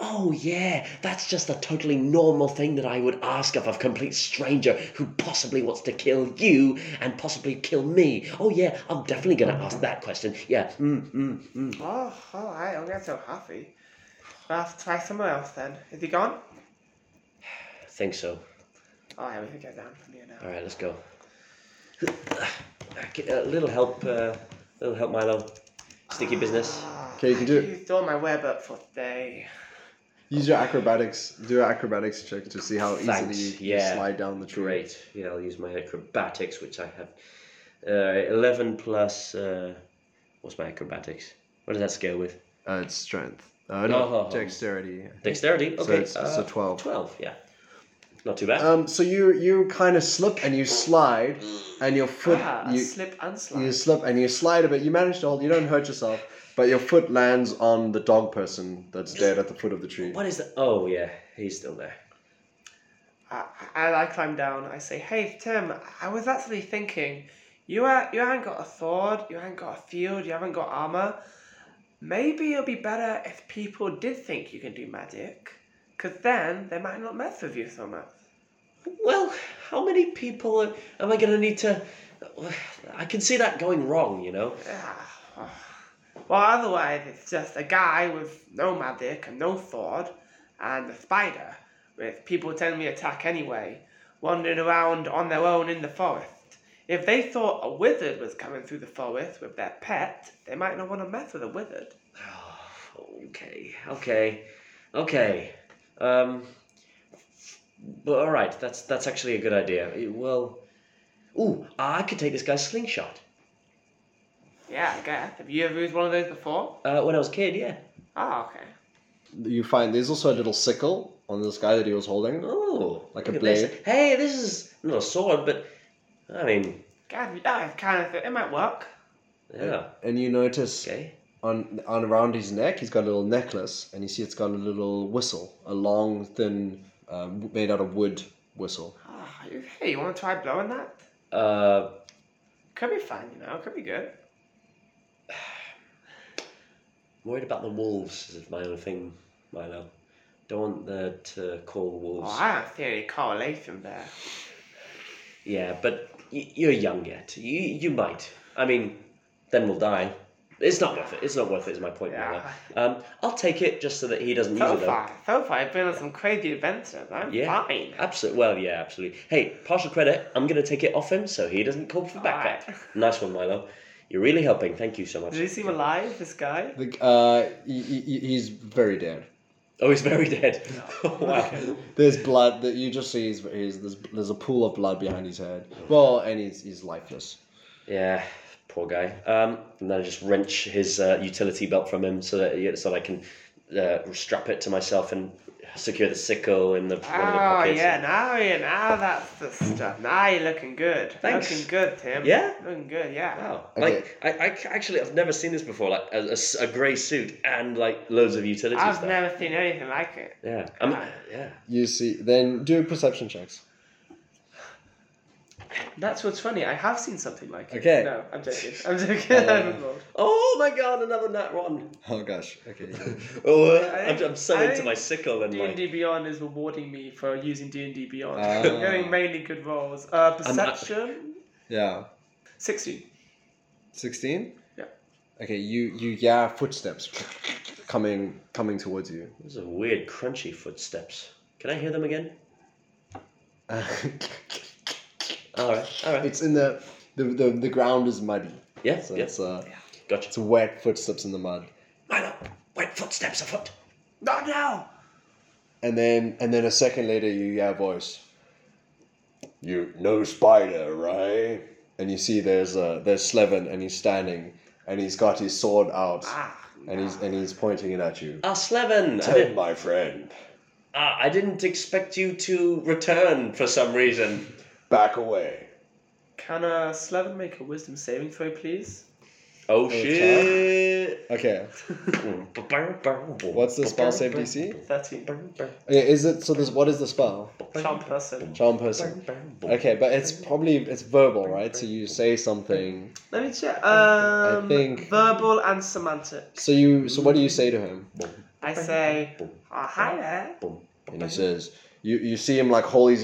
Oh yeah, that's just a totally normal thing that I would ask of a complete stranger who possibly wants to kill you and possibly kill me. Oh yeah, I'm definitely gonna ask that question. Yeah. Mm, mm, mm.
Oh, alright, I'm getting so happy. I'll have to try somewhere else then. Is he gone?
I think so.
Alright, Oh, we can get down from here now.
All right, let's go. Okay, A little help, uh, little help, Milo. Sneaky business.
Okay, you can do it.
Used all my web up for today.
Use your acrobatics. Do an acrobatics check to see how
Thanks,
easily you
yeah.
slide down the tree.
Great. Yeah, I'll use my acrobatics, which I have. Uh, Eleven plus. Uh, what's my acrobatics? What does that scale with?
Uh, it's strength. Uh, no,
Oh.
dexterity.
Dexterity. Okay.
So it's, it's
uh,
a twelve.
Twelve. Yeah. Not too bad.
Um, so you you kind of slip and you slide, and your foot
Ah,
you
slip and slide.
you slip and you slide a bit. You manage to hold. You don't hurt yourself, but your foot lands on the dog person that's dead at the foot of the tree.
what is that? Oh yeah, he's still there.
I, Ah, I, I climb down. I say, "Hey Tim, I was actually thinking, you ha- you haven't got a sword, you haven't got a field, you haven't got armor. Maybe it'd be better if people did think you can do magic, because then they might not mess with you so much."
Well, how many people am am I going to need to? I can see that going wrong. You know.
Ah, well, otherwise it's just a guy with no magic and no sword, and a spider, with people telling me to attack anyway, wandering around on their own in the forest. If they thought a wizard was coming through the forest with their pet, they might not want to mess with a wizard.
Okay, okay, okay. Um, but all right, that's that's actually a good idea. It- Well, ooh, I could take this guy's slingshot.
Yeah, I guess. Have you ever used one of those before?
Uh, when I was a kid, yeah.
Ah, okay.
You find there's also a little sickle on this guy that he was holding.
Oh,
Like a
look at this.
blade?
Hey, this is not a sword, but I mean,
God, that is kind of it might work.
yeah,
And you notice
okay.
on, on around his neck, he's got a little necklace, and you see it's got a little whistle, a long, thin, um, made out of wood whistle.
Ah, you- hey, you want to try blowing that?
Uh,
Could be fun, you know. Could be good.
worried about the wolves is my only thing, Milo. Don't want the, to call the wolves.
Oh, I have a theory of correlation there.
Yeah, but y- you're young yet. You you might. I mean, then we'll die. It's not worth it. It's not worth it. Is my point. Milo.
Yeah.
Um, I'll take it just so that he doesn't
So
use it. Though.
far, so far, I've been on some crazy adventures. I'm
Yeah.
fine.
Absolutely. Well, yeah, absolutely. Hey, partial credit. I'm gonna take it off him so he doesn't call for backup.
Alright.
Nice one, Milo. You're really helping. Thank you so much.
Does he seem alive, this guy?
The, uh, he, he, he's very dead.
Oh, he's very dead. wow.
There's blood that you just see. He's, he's, there's, there's a pool of blood behind his head. Well, and he's, he's lifeless.
Yeah, poor guy. Um, and then I just wrench his uh, utility belt from him so that so that I can uh, strap it to myself and secure the sickle in the one of the
Oh,
pockets.
yeah, now you now that's the stuff. Now you're looking good.
Thanks.
Looking good, Tim.
Yeah?
Looking good, yeah.
Wow.
Okay.
Like I, I c- actually I've never seen this before. Like a, a s- a grey suit and like loads of utilities.
I've
there.
never seen anything like it.
Yeah. I'm, yeah.
You see, then do perception checks.
Natural 20, I have seen something like it.
Okay.
No, I'm joking. I'm joking.
Um,
I haven't rolled.
Oh my god! Another nat one.
Oh gosh. Okay.
Oh,
I
I'm, I'm so
think- I
into
think
my sickle and like.
D&D Beyond is rewarding me for using D&D Beyond.
Uh,
Ah.
I'm getting mainly good rolls. Uh, perception?
yeah.
16.
16
Yeah.
okay you you yeah footsteps coming coming towards you
Those are weird, crunchy footsteps. Can I hear them again? All right. All right.
it's in the the, the the ground is muddy
Yeah.
so
yeah.
it's uh
Gotcha.
it's wet footsteps in the mud
Milo, wait, footsteps afoot.
Not now!
and then and then a second later you hear a voice
You no spider, right?
and you see there's uh there's Slevin and he's standing and he's got his sword out
Ah,
and he's and he's pointing it at you
Ah, Slevin. I,
Ted,
did,
my friend,
ah, I didn't expect you to return for some reason.
back away.
Can uh, Slevin make a wisdom saving throw, please?
Oh
Okay.
shit. Mm.
okay
What's
what's the spell save DC
13.
okay, is it so this what is the spell
Charm person.
charm person okay but it's probably it's verbal right so you say something
Let me check. Um,
think-
Verbal and semantic.
so you so what do you say to him
I say, oh, hi there.
and he says, you, you see him like hold his,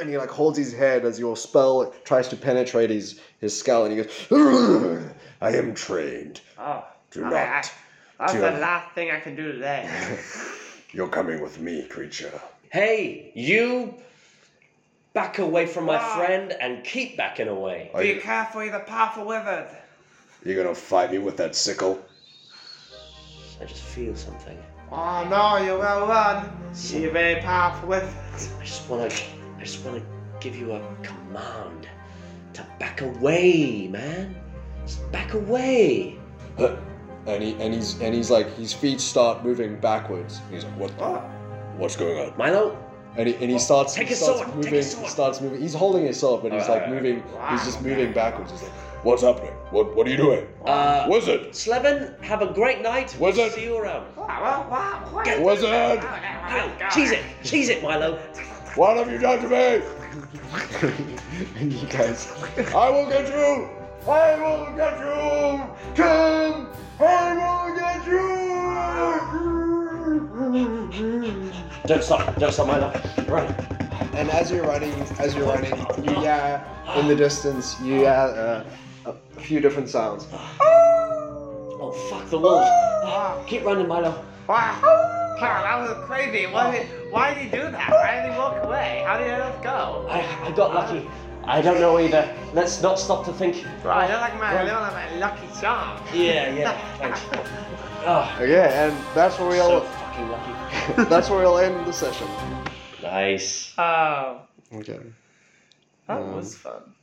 and he like holds his head as your spell tries to penetrate his, his skull, and he goes,
I am trained.
Oh,
Do
all
not.
right,
Ah.
I, that's
do
the
not.
last thing I can do today.
You're coming with me, creature.
Hey, you back away from my
Ah.
friend and keep backing away.
Are
Be
you,
careful, he's a powerful wizard.
you gonna fight me with that sickle?
I just feel something.
Oh no, you will run. She's a very powerful wizard.
I just want to I just want to give you a command to back away, man. Just back away.
and he and he's and he's like his feet start moving backwards.
He's like, what? The,
Oh,
what's going on?
Milo,
And he, and he starts,
Ah. Take
he
his
starts
sword, take
moving,
his sword.
starts moving. He's holding his sword, but he's
Alright,
like
alright,
moving. He's just moving backwards. He's like,
What's happening? What? What are you doing?
uh
Wizard!
Slevin, have a great night. We'll
Wizard.
see you around.
wow, wow, wow.
Get-
Wizard!
Oh,
Milo, cheese it. Cheese it, Milo.
What have you done to me?
and you guys,
I will get you! I will get you! Come! I will get you!
Don't stop. Don't stop, Milo. Right.
and as you're running, as you're running, you yeah, in the distance, you hear uh, a few different sounds.
Oh fuck the wolf! Ah, Keep running, Milo.
Wow. Wow, that was crazy. Why, why did he do that? Why did he walk away? How did he let us go?
I, I got lucky. I don't know either. Let's not stop to think.
Right, I like my, I like my lucky charm.
Yeah, yeah. Thanks. Ah,
Okay, and that's where
so
we'll
fucking lucky.
that's where we'll end the session.
Nice.
Oh,
Okay.
that
Um,
was fun.